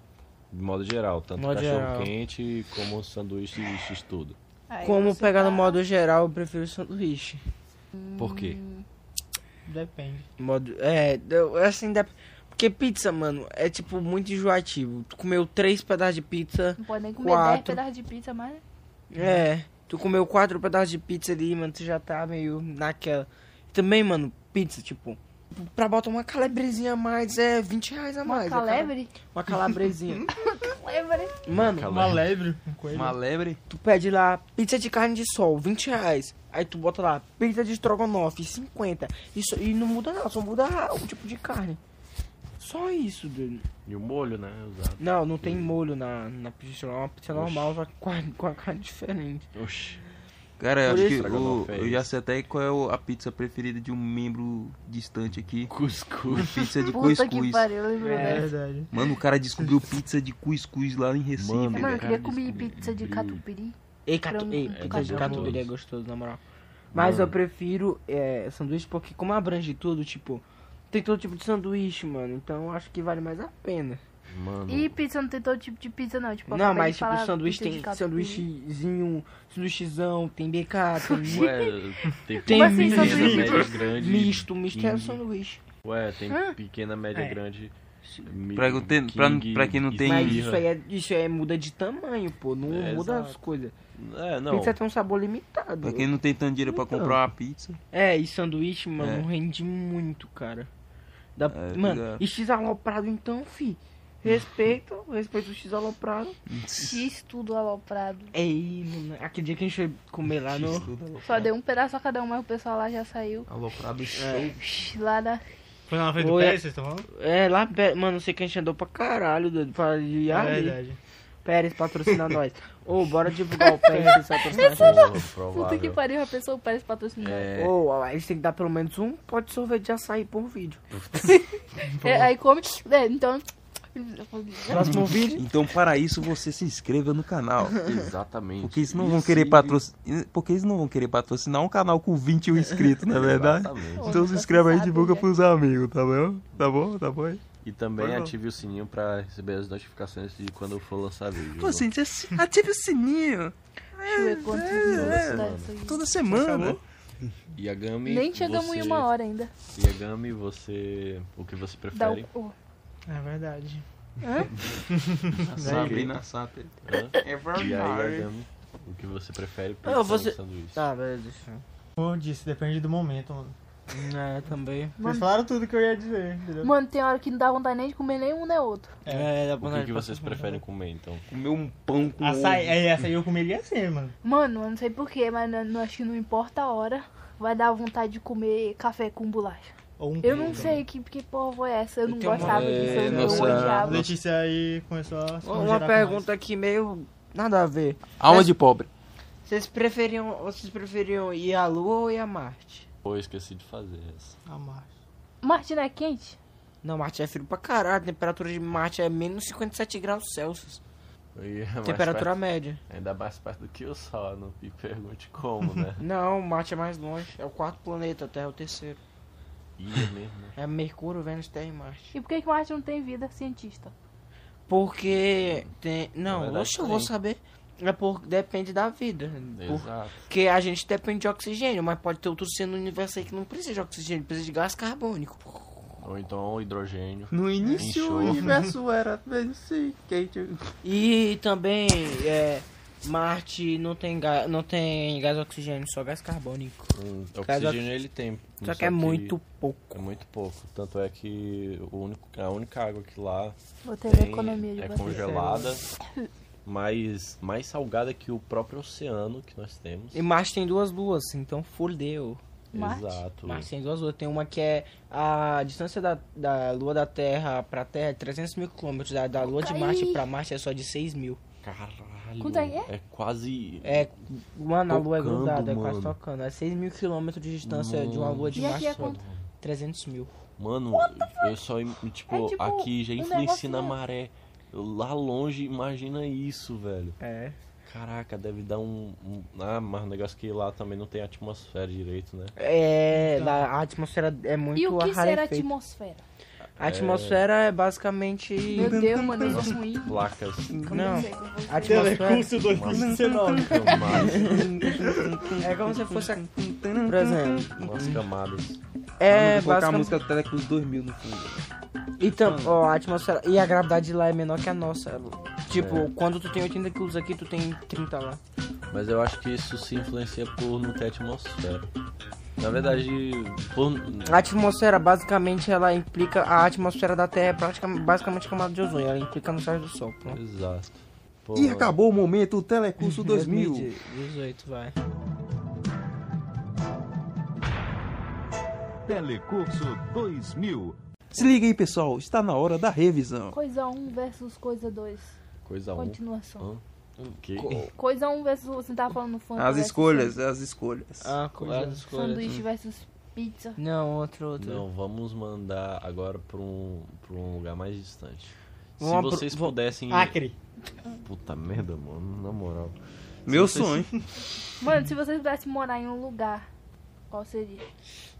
S2: de modo geral, tanto
S4: Modo geral.
S2: cachorro-quente como sanduíche de x-tudo.
S6: Aí
S4: Como
S6: você
S4: pegar
S6: tá-
S4: no modo geral, eu prefiro sanduíche.
S7: Hum,
S2: Por quê?
S5: Depende.
S4: Modo, é, eu- assim, dá, porque pizza, mano, é tipo muito enjoativo. Tu comeu três pedaços de pizza,
S6: Não pode nem comer
S4: Quatro.
S6: 10 pedaços de pizza, mas...
S7: né?
S4: é, tu comeu quatro pedaços de pizza ali, mano, tu já tá meio naquela. Também, mano, pizza, tipo, pra botar uma calebrezinha a mais é 20 reais a
S6: Uma
S4: mais. é cara-
S6: calebre?
S4: Uma [laughs] calabresinha.
S6: Calebre.
S4: mano,
S5: Uma lebre, um coelho.
S1: Uma lebre.
S4: tu pede lá pizza de carne de sol, 20 reais. Aí tu bota lá pizza de estrogonofe, 50. Isso, e não muda nada, só muda o tipo de carne. Só isso, doido.
S2: E o molho, né? Usado.
S4: Não, não tem molho na, na pizza, é uma pizza normal, só com a, com a carne diferente.
S2: Oxi.
S1: Cara, eu
S4: Por
S1: acho
S4: isso-
S1: que o-
S2: Estrogonofe é
S1: eu já sei até qual é o- a pizza preferida de um membro distante
S6: [laughs]
S1: aqui.
S2: Cuscuz.
S1: Pizza de
S7: Puta
S1: cuscuz.
S7: que pariu, lembrou
S5: É
S7: dessa.
S5: verdade.
S1: Mano, o cara descobriu pizza de cuscuz lá em Recife.
S2: Mano,
S7: Não, eu
S1: velho.
S7: queria
S2: Cara,
S7: comer
S2: descobri-
S7: pizza de
S2: descobri.
S7: catupiry.
S4: Ei, catu...
S7: Frango
S4: Ei
S7: com
S4: pizza de
S7: catupiry.
S4: catupiry é gostoso, na moral. Mas eu prefiro é, sanduíche porque como abrange tudo, tipo... Tem todo tipo de sanduíche, mano. Então eu acho que vale mais a pena.
S2: Mano.
S7: E pizza não tem todo tipo de pizza, não. Tipo,
S4: não,
S7: acabei
S4: mas
S7: de
S4: tipo,
S7: falar,
S4: sanduíche
S7: pizza de
S4: tem
S7: catupiry.
S4: sanduíchezinho, sanduíchezão, tem BK,
S7: [laughs]
S4: tem um
S2: Ué, tem,
S4: Tem
S7: Mas sem
S2: pequena,
S7: sanduíche.
S2: média, grande.
S4: misto, misto é
S2: e-
S4: sanduíche.
S2: Ué, tem
S7: Hã?
S2: pequena, média,
S5: É.
S2: grande.
S1: Pra
S2: Burger
S1: ter- pra-
S2: King,
S1: pra quem não tem-
S4: Mas
S1: Sim.
S4: isso aí, é, isso aí é- muda de tamanho, pô. Não
S2: É,
S4: muda as
S2: exato.
S4: coisas.
S2: É, não.
S4: Pizza tem um sabor limitado.
S1: Pra quem não tem tanto dinheiro pra
S4: Então.
S1: comprar uma pizza.
S4: É, e sanduíche, mano,
S1: É.
S4: rende muito, cara. Dá-
S1: É,
S4: mano,
S1: fica-
S4: e x aloprado então, fi. Respeita,
S1: [laughs]
S4: respeita o x aloprado.
S7: X tudo aloprado.
S4: Ei, mano, aquele dia que a gente foi comer lá no...
S7: Só deu um pedaço a cada um, mas o pessoal lá já saiu.
S4: Tá
S1: Aloprado
S4: É,
S7: Lá da...
S5: Foi na frente do
S4: Oi,
S5: pé,
S4: é-
S5: vocês estão falando?
S4: é, lá, pe- mano, não sei que a gente andou pra caralho, doido, pra ir
S5: é
S4: ali.
S5: verdade.
S4: Pérez patrocina [laughs] nós. Ô,
S1: [laughs]
S4: bora divulgar o Pérez, essa patrocina.
S7: Puta que
S2: Provável.
S7: pariu, a pessoa parece patrocinada. É.
S2: É,
S4: Ô, a gente tem que dar pelo menos um pote de sorvete de açaí por vídeo.
S7: aí come... É, então...
S4: [laughs] Próximo vídeo.
S1: Então, para isso, você se inscreva no [laughs] canal.
S2: exatamente.
S1: Porque eles não vão querer patrocinar. Porque eles não vão querer patrocinar um canal com 21 inscritos, [laughs] não é verdade?
S2: Exatamente.
S1: Então se inscreve aí e
S7: né?
S1: divulga pros amigos, tá bom? Tá bom? Tá bom aí?
S2: E também
S1: Pois não.
S2: ative o sininho pra receber as notificações de quando eu for lançar vídeo.
S1: assim? ative é o sininho
S7: Deixa eu ver quantos
S1: É,
S7: minutos tá isso aqui.
S1: toda semana.
S2: Yagami,
S7: Nem chegamos
S2: você...
S7: em uma hora ainda.
S2: Yagami, você... O que você
S7: Dá um- o...
S2: prefere?
S7: o-
S5: É verdade.
S1: É. Sabe, na Sater.
S7: [coughs]
S2: Hã?
S4: É
S2: E aí, Yagami, o que você prefere? Pizza
S4: Ah,
S2: ou
S4: você-
S2: sanduíche?
S4: Tá, velho, deixa.
S5: Como eu disse, depende do momento, mano.
S4: eu- É, também.
S5: Vocês falaram tudo que eu ia dizer, entendeu?
S7: Mano, tem hora que não dá vontade nem de comer nem um nem outro.
S4: É, dá
S2: O
S4: vontade
S2: que,
S4: de
S2: que vocês
S4: passar
S2: preferem comer, então?
S1: Comer um pão com
S5: Açaí,
S1: ovo.
S5: é, açaí eu comeria sempre, mano.
S7: Mano, eu não sei porquê, mas não, não- acho que não importa a hora. Vai dar vontade de comer café com bolacha.
S5: Ou um
S7: Eu não
S5: queijo.
S7: sei que, que porra foi essa. Eu não
S4: tenho uma-
S7: gostava disso.
S1: É,
S7: Eu não
S1: nossa-
S5: A
S7: odiava.
S5: Letícia aí começou a se
S4: Uma
S5: congelar com
S4: pergunta aqui meio nada a ver.
S1: Alma de pobre.
S4: Vocês preferiam, vocês preferiam ir à Lua ou ir a Marte?
S2: Pô, eu esqueci de fazer essa.
S5: nós. A Marte.
S7: Martina é quente?
S4: Não, Marte é frio pra caralho. A temperatura de Marte é menos 57 graus Celsius.
S2: E é mais
S4: temperatura média.
S2: perto- ainda mais perto do que o sol, não me pergunte
S1: [laughs]
S2: como, né?
S4: Não, Marte é mais longe. É o quarto planeta, a Terra é o terceiro.
S2: Ih, é mesmo, né?
S4: É Mercúrio, Vênus, Terra e Marte.
S7: E por que que Marte não tem vida cientista?
S4: Porque tem. Não,
S2: verdade,
S4: oxe, eu vou
S2: tem.
S4: saber. É por... Depende da vida. Por-
S2: Exato.
S4: Porque a gente depende de oxigênio, mas pode ter outro ser no universo aí que não precisa de oxigênio, precisa de gás carbônico.
S2: Ou então hidrogênio.
S1: No né?
S2: início, o
S1: universo era assim, quente.
S4: E também, é, Marte não tem, ga- não tem gás oxigênio, só gás carbônico.
S2: Hum,
S4: Caso-
S2: oxigênio ele tem.
S4: Só que é muito pouco.
S2: É muito pouco. Tanto é que o único, é a única água que lá
S7: Vou ter
S2: tem
S7: economia de
S2: é
S7: vocês.
S2: congelada, mas mais salgada que o próprio oceano que nós temos.
S4: E Marte tem duas luas, então fodeu.
S7: Marte?
S2: Exato.
S4: Marte tem duas luas. Tem uma que é a distância da, da lua da Terra pra Terra é 300 mil quilômetros. Da, da lua de Marte pra Marte é só de 6 mil.
S2: Caralho.
S7: Quanto aí
S2: é? quase.
S4: É, mano, a lua é
S2: Tocando,
S4: grudada, é
S2: mano.
S4: quase tocando. É 6 mil quilômetros de distância de uma lua de
S7: E aqui
S4: Marte
S7: é
S4: só.
S7: quanto?
S4: 300 mil.
S2: Mano, eu só. im- Tipo,
S7: É tipo
S2: aqui já
S7: um
S2: influencia
S7: negócio
S2: na
S7: mesmo.
S2: maré. Lá longe, imagina isso, velho.
S4: É.
S2: Caraca, deve dar um. um- Ah, mas o negócio é que lá também não tem atmosfera direito, né?
S4: É,
S1: Então.
S4: lá, a atmosfera é muito
S7: E o que será
S4: rarefeita.
S7: atmosfera?
S4: A atmosfera é basicamente.
S7: Meu Deus, mano, eu sou um ruim.
S2: [laughs]
S7: [laughs]
S2: Placas.
S7: Como
S4: Não.
S7: eu sei que eu vou-
S4: A atmosfera
S1: né?
S5: 2019.
S2: Umas camadas.
S4: é como se fosse. a- Por exemplo,
S2: Umas camadas.
S1: Vamos colocar
S4: é
S1: a
S4: basicamente.
S1: música do Telecruz 2000 no fundo.
S4: Então, ó, a atmosfera. E a gravidade lá é menor que a nossa. Tipo,
S1: É.
S4: quando tu tem 80 quilos aqui, tu tem 30 lá.
S2: Mas eu acho que isso se influencia por não ter atmosfera. Na verdade, por...
S4: A atmosfera, basicamente, ela implica. A atmosfera da Terra é praticamente, basicamente camada de ozônio. Ela implica no raio do Sol. Pronto.
S2: Exato. Pô,
S1: E acabou o momento, o Telecurso 2000.
S4: 2018, vai.
S8: Telecurso 2000.
S1: Se liga aí, pessoal, está na hora da revisão.
S7: um
S6: Coisa 1 versus coisa 2.
S2: Coisa 1. Um.
S6: Continuação.
S2: Hã? Que?
S4: Co-
S7: Coisa um versus você tava falando fã.
S1: As escolhas, as escolhas.
S4: Ah, coisa das coisas.
S2: né?
S7: Sanduíche versus pizza.
S4: Não, outro, outro.
S2: Não, vamos mandar agora pra um, pra um lugar mais distante. Se
S4: Vamos pro-
S2: vocês pudessem.
S1: Ah,
S5: Acre.
S2: Puta merda, mano, na moral.
S1: Meu
S2: Vocês-
S1: sonho.
S7: Mano, se você pudesse morar em um lugar, qual seria?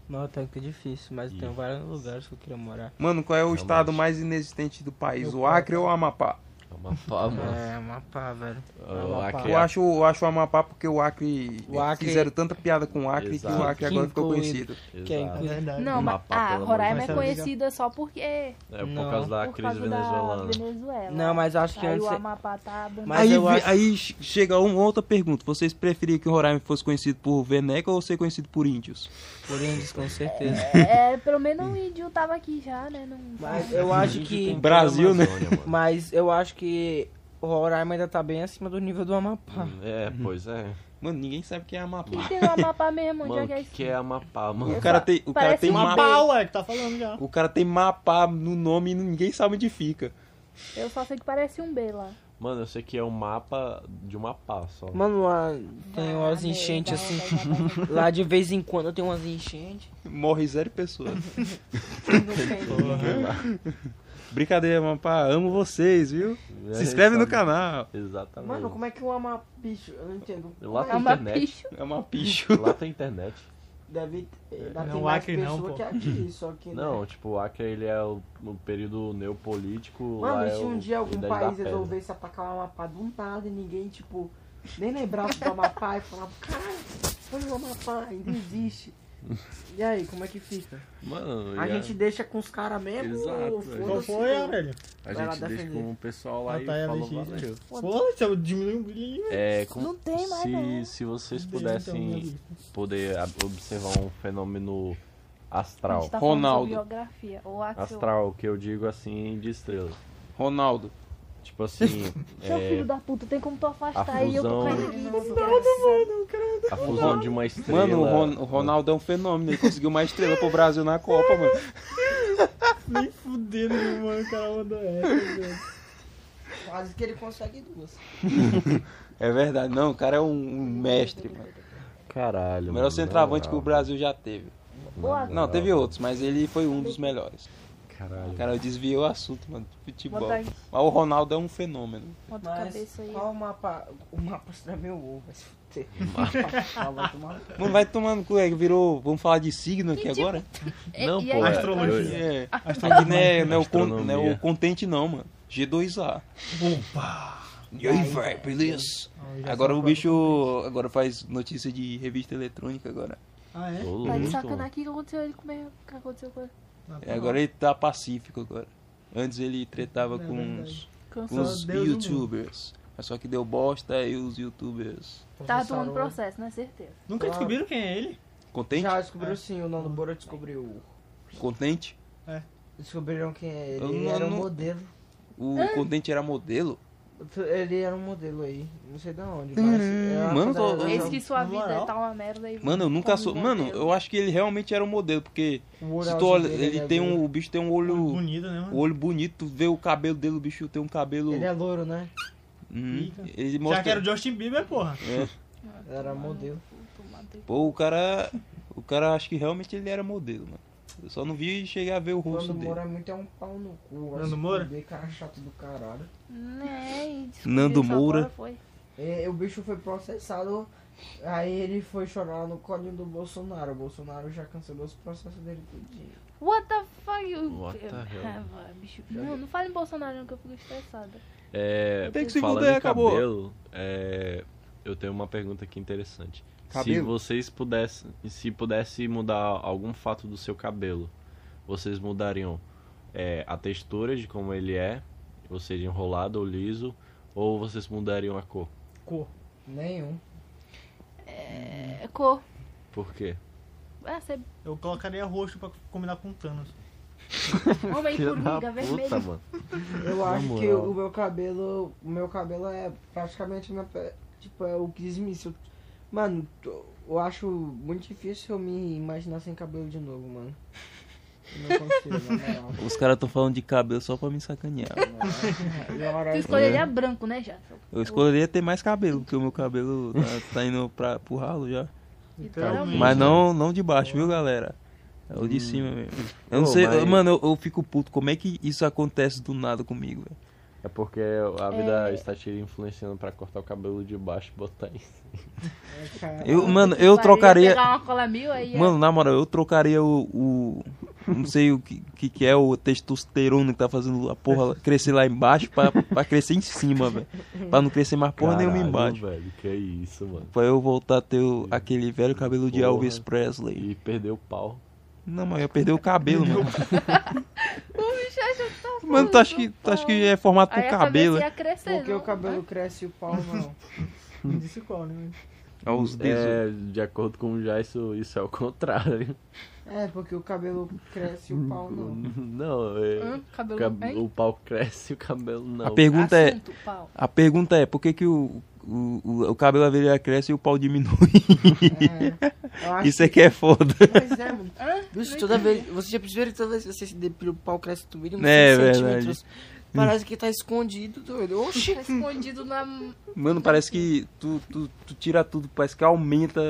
S4: Não, tá que é difícil, mas tem vários lugares que eu queria morar.
S1: Mano, qual é o
S2: Realmente.
S1: estado mais inexistente do país? O Acre ou o Amapá?
S2: É uma fama.
S4: É, Amapá, velho.
S2: O Acre
S1: Eu acho, eu acho o Amapá porque o Acre,
S4: O Acre-
S1: fizeram tanta piada com o Acre que
S2: Exato.
S1: o Acre agora ficou
S4: Quinto-
S1: conhecido.
S4: Que é
S2: Exato.
S4: inclusive-
S7: Não, mas
S2: Amapá,
S7: ah,
S2: pelo amor de
S7: Roraima
S2: Deus.
S7: é conhecida só porque
S2: É por
S4: Não.
S2: causa da
S7: por
S2: crise
S7: causa
S2: venezuelana.
S7: da Venezuela.
S4: Não, mas acho que
S7: Aí
S4: antes. é
S7: o Amapá tá dando-
S4: Mas
S1: aí,
S4: eu
S1: vi-
S4: acho-
S1: aí che- chega uma outra pergunta. Vocês preferiam que o Roraima fosse conhecido por Veneca ou ser conhecido por índios?
S4: Por índios, com certeza.
S7: É, pelo menos o índio tava aqui já, né? Não...
S4: Mas eu acho que.
S1: Brasil, né?
S2: Amazônia, mano.
S4: Mas eu acho que o Roraima ainda tá bem acima do nível do Amapá.
S2: É, pois é.
S1: Mano, ninguém sabe quem é Amapá.
S7: Que tem o Amapá mesmo, onde
S2: Mano,
S7: é
S2: o
S7: que é
S2: que,
S7: isso?
S2: que é Amapá, mano?
S1: O cara tem, o cara
S7: Parece
S1: tem
S7: uma
S1: ma-
S5: Uma pau, é que tá falando já.
S1: O cara tem mapa no nome e ninguém sabe onde fica.
S7: Eu só sei que parece um B lá.
S2: Mano, eu sei que é o mapa de uma pá só.
S4: Mano, lá tem umas
S7: Ah,
S4: enchentes
S7: meu, dá
S4: assim.
S7: vontade de matar
S4: Lá de vez em quando tem umas enchentes.
S1: Morre zero pessoas. Brincadeira, Amapá. Amo vocês, viu?
S2: É,
S1: Se inscreve no
S2: sabe?
S1: canal.
S2: Exatamente.
S4: Mano, como é que o Amapá. bicho, Eu não entendo.
S2: Lá
S7: É
S2: tem
S7: uma
S2: internet.
S7: picho.
S1: É uma picho.
S2: Lá tem internet.
S4: Deve. Lá
S5: Não,
S4: tem
S5: o
S4: mais
S5: Acre não,
S4: pessoa
S5: pô.
S4: que aqui, só que. né?
S2: Não, tipo, o Acre ele é o, o período neopolítico. lá
S4: Mano, e se
S2: é
S4: um
S2: o-
S4: dia algum
S2: Idade da
S4: país
S2: Pedra.
S4: resolvesse atacar o Amapá do um nada e ninguém, tipo, nem lembrasse do Amapá e falava, caralho, foi o Amapá, ainda existe. E aí, como é que fica?
S2: Mano,
S4: A
S2: e é.
S4: gente deixa com os caras mesmo?
S2: Exato,
S4: ou
S2: velho.
S4: foda-se?
S5: Qual foi, Aurélio?
S2: a
S4: vai lá
S2: gente deixa
S4: defender.
S2: com o pessoal lá
S5: Ah,
S2: e
S5: tá, é
S2: falou
S5: LX, né?
S2: valeu.
S5: Foda-se, eu diminui um brilho.
S2: É, como
S7: Não tem mais,
S2: se,
S7: não.
S2: se vocês
S5: Deus, então,
S2: pudessem
S5: minha
S2: poder ab- observar um fenômeno
S7: A
S2: astral.
S7: gente tá
S1: Ronaldo.
S7: falando sobre geografia. O Axel.
S2: Astral, que eu digo assim, de estrela.
S1: Ronaldo.
S2: Tipo
S4: [laughs]
S2: assim,
S7: Seu
S2: é,
S7: filho da puta, tem como tu afastar
S2: a
S7: aí eu tô
S2: fusão-
S7: caindo
S2: [laughs]
S7: aqui. desgraçado.
S2: a fusão de uma estrela.
S1: Mano, o, Ron- o Ronaldo é um fenômeno. Ele conseguiu uma estrela pro Brasil na Copa, mano.
S5: Nem fudendo, meu mano, o cara mandou essa, velho.
S4: Quase que ele consegue duas.
S1: É verdade. Não, o cara é um, um mestre, mano.
S2: Caralho.
S1: O
S2: mano, na
S1: melhor centroavante que o
S2: moral,
S1: Brasil já teve.
S2: na
S7: Boa.
S2: moral.
S1: Não, teve outros, mas ele foi um dos melhores.
S2: Caralho.
S1: O cara desviou o assunto, mano. do Futebol.
S7: Bota aí,
S1: Mas o Ronaldo é um fenômeno.
S7: bota a
S4: Mas
S7: cabeça aí.
S4: qual o mapa? O mapa será meu ovo, vai se fuder. Fala do mapa.
S1: Mano, vai tomando cu, é que virou. Vamos falar de signo aqui agora?
S2: Não,
S7: e
S2: pô.
S7: aí?
S2: é-
S5: Astrologia.
S1: É. Aqui não é, não é o, con-
S2: Astronomia.
S1: não é o contente, não, mano. G2A. E aí, vai, beleza? Agora o bicho agora faz notícia de revista eletrônica agora.
S5: Ah, é?
S2: Ô,
S7: Tá de
S2: louco,
S7: sacanagem. O que
S2: mano.
S7: aconteceu ele comeu? O que aconteceu com ele?
S1: É, agora ele tá pacífico agora. Antes ele tretava
S5: É
S1: com
S5: verdade.
S1: uns, com
S7: Cansou.
S1: uns
S5: Deus do mundo.
S1: youtubers. Mas só que deu bosta e os youtubers.
S7: Tá tomando processo, né? Certeza.
S5: Nunca descobriram quem é ele?
S1: Contente?
S4: Já
S2: é.
S4: descobriu sim, o Nando Bora descobriu.
S1: Contente?
S4: Descobriram quem é ele.
S1: Eu
S4: Ele
S1: não-
S4: era um
S1: não-
S4: modelo.
S1: O contente era modelo?
S4: Ele era um modelo aí, não sei de onde.
S1: Uhum.
S4: Mas é era
S1: Mano,
S4: quando
S1: tô-
S4: era-
S7: Eis que sua
S5: Na
S7: vida
S5: moral?
S7: tá uma merda aí.
S1: Mano, eu nunca
S7: como
S1: sou.
S7: um
S1: Mano,
S7: modelo.
S1: eu acho que ele realmente era um modelo, porque
S4: o
S1: se tu
S4: oralzinho
S1: olha,
S4: dele,
S1: ele
S4: é
S1: tem
S4: loiro.
S1: um. O bicho tem um olho.
S5: Bonito, né,
S1: O
S5: mano?
S1: olho bonito, tu vê o cabelo dele, o bicho tem um cabelo.
S4: Ele é louro, né?
S1: Hum,
S5: Fica.
S1: ele
S5: Já que era
S1: mostra.
S5: o Justin Bieber, porra.
S4: Ele era modelo.
S1: Pô, o cara. O cara acho que realmente ele era modelo, mano. Eu só não vi chegar a ver o rosto
S4: Quando
S1: dele.
S4: Moura é muito é um pau no cu. vai
S5: Nando
S4: se
S5: Moura?
S4: fuder, cara chato do caralho.
S7: Né, e descobriu
S1: Nando
S7: isso
S1: Moura.
S7: agora, foi.
S4: E, o bicho foi processado, aí ele foi chorar no colinho do Bolsonaro. O Bolsonaro já cancelou os processos dele tudinho.
S7: What the fuck? You...
S2: What the hell?
S7: Ah, vai, bicho. Não, não fale em Bolsonaro não, que eu fico estressada.
S2: É,
S1: Tem que se
S2: falando
S1: fuder,
S2: em
S1: acabou.
S2: cabelo, é, eu tenho uma pergunta aqui interessante. Se
S1: Cabelo?
S2: vocês pudessem, se pudesse mudar algum fato do seu cabelo, vocês mudariam é, a textura de como ele é, ou seja, enrolado ou liso, ou vocês mudariam a cor?
S5: Cor.
S4: Nenhum.
S7: É cor.
S2: Por quê?
S7: Ah,
S1: [laughs]
S7: você
S5: Eu colocaria roxo pra combinar com o Thanos.
S7: é homem formiga, vermelho.
S2: mano.
S4: Eu
S2: Na
S4: acho que
S2: moral.
S4: o meu cabelo. O meu cabelo é praticamente na pe- Tipo, é o que Smith. Eu- Mano, tô- eu acho muito difícil eu me imaginar sem cabelo de novo, mano. Não consigo, na moral.
S1: Os caras tão falando de cabelo só pra me sacanear.
S4: Na moral,
S6: Tu
S1: É.
S7: é
S6: escolheria branco, né, Jadson?
S1: Eu escolheria ter mais cabelo, porque o meu cabelo tá, tá indo pra, pro ralo já.
S6: Literalmente.
S1: Mas não, não de baixo, viu, galera? É o de cima mesmo. Eu não
S2: Pô,
S1: sei,
S2: Hum. mas-
S1: eu- mano, eu, eu fico puto. Como é que isso acontece do nada comigo? velho?
S2: É porque a vida está te influenciando pra cortar o cabelo de baixo e botar em cima.
S1: Eu, mano,
S6: Que
S1: eu
S6: pariu,
S1: trocaria.
S6: Pegar uma cola mil
S7: é. [laughs]
S6: aí.
S1: Mano, na moral, eu trocaria o. o- não sei o que, que, que é o testosterona que tá fazendo a porra crescer lá embaixo pra, pra crescer em cima, velho. Pra não crescer mais porra nenhuma
S2: Caralho,
S1: embaixo.
S2: velho, que isso, mano.
S1: Pra eu voltar a ter o- aquele velho cabelo de
S2: Porra.
S1: Elvis Presley.
S2: E perdeu o pau.
S1: Não, mas eu ia perder o cabelo, mano.
S6: O bicho acha que tá
S1: Mano, tu acha que, tu acha que é formado por
S6: Aí a
S1: cabelo?
S6: cabeça ia crescer,
S4: Porque
S6: não.
S4: o cabelo cresce e o pau não.
S5: Não disse qual, né?
S1: Aos 18.
S2: É, de acordo com o Jaisso, isso é o contrário. [laughs]
S4: É, porque o cabelo cresce e o pau não.
S2: Não, é,
S6: Hã? Cabelo
S2: cab-
S6: não tem?
S2: o pau cresce e o cabelo não.
S1: A pergunta é,
S6: Assunto,
S4: [laughs]
S6: pau.
S1: a pergunta é, por que que o, o, o, o cabelo da abelha cresce e o pau diminui? [laughs]
S4: É, eu acho
S1: Isso é que é foda.
S4: Mas é, mano. Bicho, toda vez. Você já percebeu que toda vez que você se depila, o pau cresce no mínimo
S1: É,
S4: 100
S1: verdade.
S4: centímetros. Parece que tá escondido, doido. Oxi!
S6: Tá escondido na...
S1: Mano, parece que tu, tu, tu tira tudo, parece que aumenta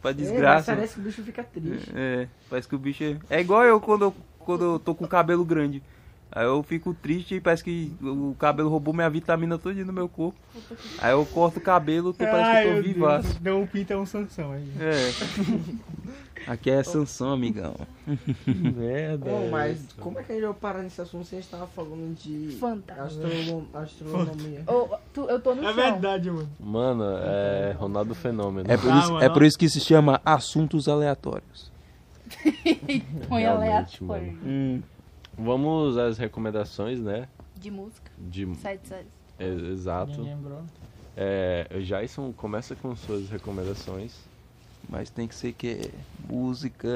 S1: pra
S4: É,
S1: desgraça.
S4: mas parece que o bicho fica triste.
S1: É, parece que o bicho é... É igual eu quando, eu quando eu tô com o cabelo grande. Aí eu fico triste e parece que o cabelo roubou minha vitamina toda no meu corpo. Aí eu corto o cabelo, tu parece que eu tô vivaço.
S5: Não pinta um Sansão aí.
S1: É. Aqui é Sansão, amigão. é
S2: Merda.
S4: Ô, mas como é que a gente vai parar nesse assunto se a gente tava falando de
S6: Fanta.
S4: astrono- astronomia?
S6: Ô, tu- eu tô no
S5: É
S6: chão.
S5: verdade, mano.
S2: Mano, é Ronaldo Fenômeno.
S1: É por,
S5: Ah,
S1: isso,
S5: mano.
S1: é por isso que se chama Assuntos Aleatórios.
S6: Põe
S2: Realmente,
S6: aleatório.
S1: Hum.
S2: Vamos às recomendações, né?
S6: De música.
S2: De...
S6: Side, side.
S2: é, Exato.
S5: lembrou.
S2: É, Jason, começa com suas recomendações.
S1: Mas tem que ser que é música.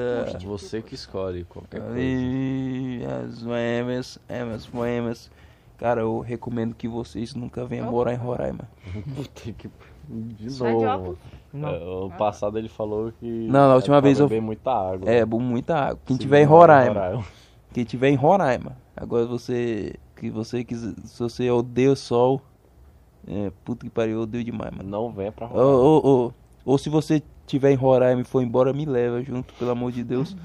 S2: Você que escolhe qualquer coisa.
S1: Ih, As poemas, as poemas. Cara, eu recomendo que vocês nunca venham morar em Roraima.
S2: Puta que... De
S6: Só de óculos. Ah, tá.
S2: novo. É, o passado ele falou que...
S1: Não, na última
S2: é pra
S1: vez eu-
S2: beber muita água.
S1: É, bu- muita água. Quem
S2: Se
S1: tiver em
S2: não,
S1: Roraima. Quem tiver em Roraima. Agora você. Que você quiser. Se você odeia o sol. É, puta que pariu, eu odeio demais, mano.
S2: Não venha pra
S1: Ô,
S2: Roraima.
S1: ô, ô. Ou se você tiver em Roraima e for embora, me leva junto, pelo amor de
S4: [laughs]
S1: Deus.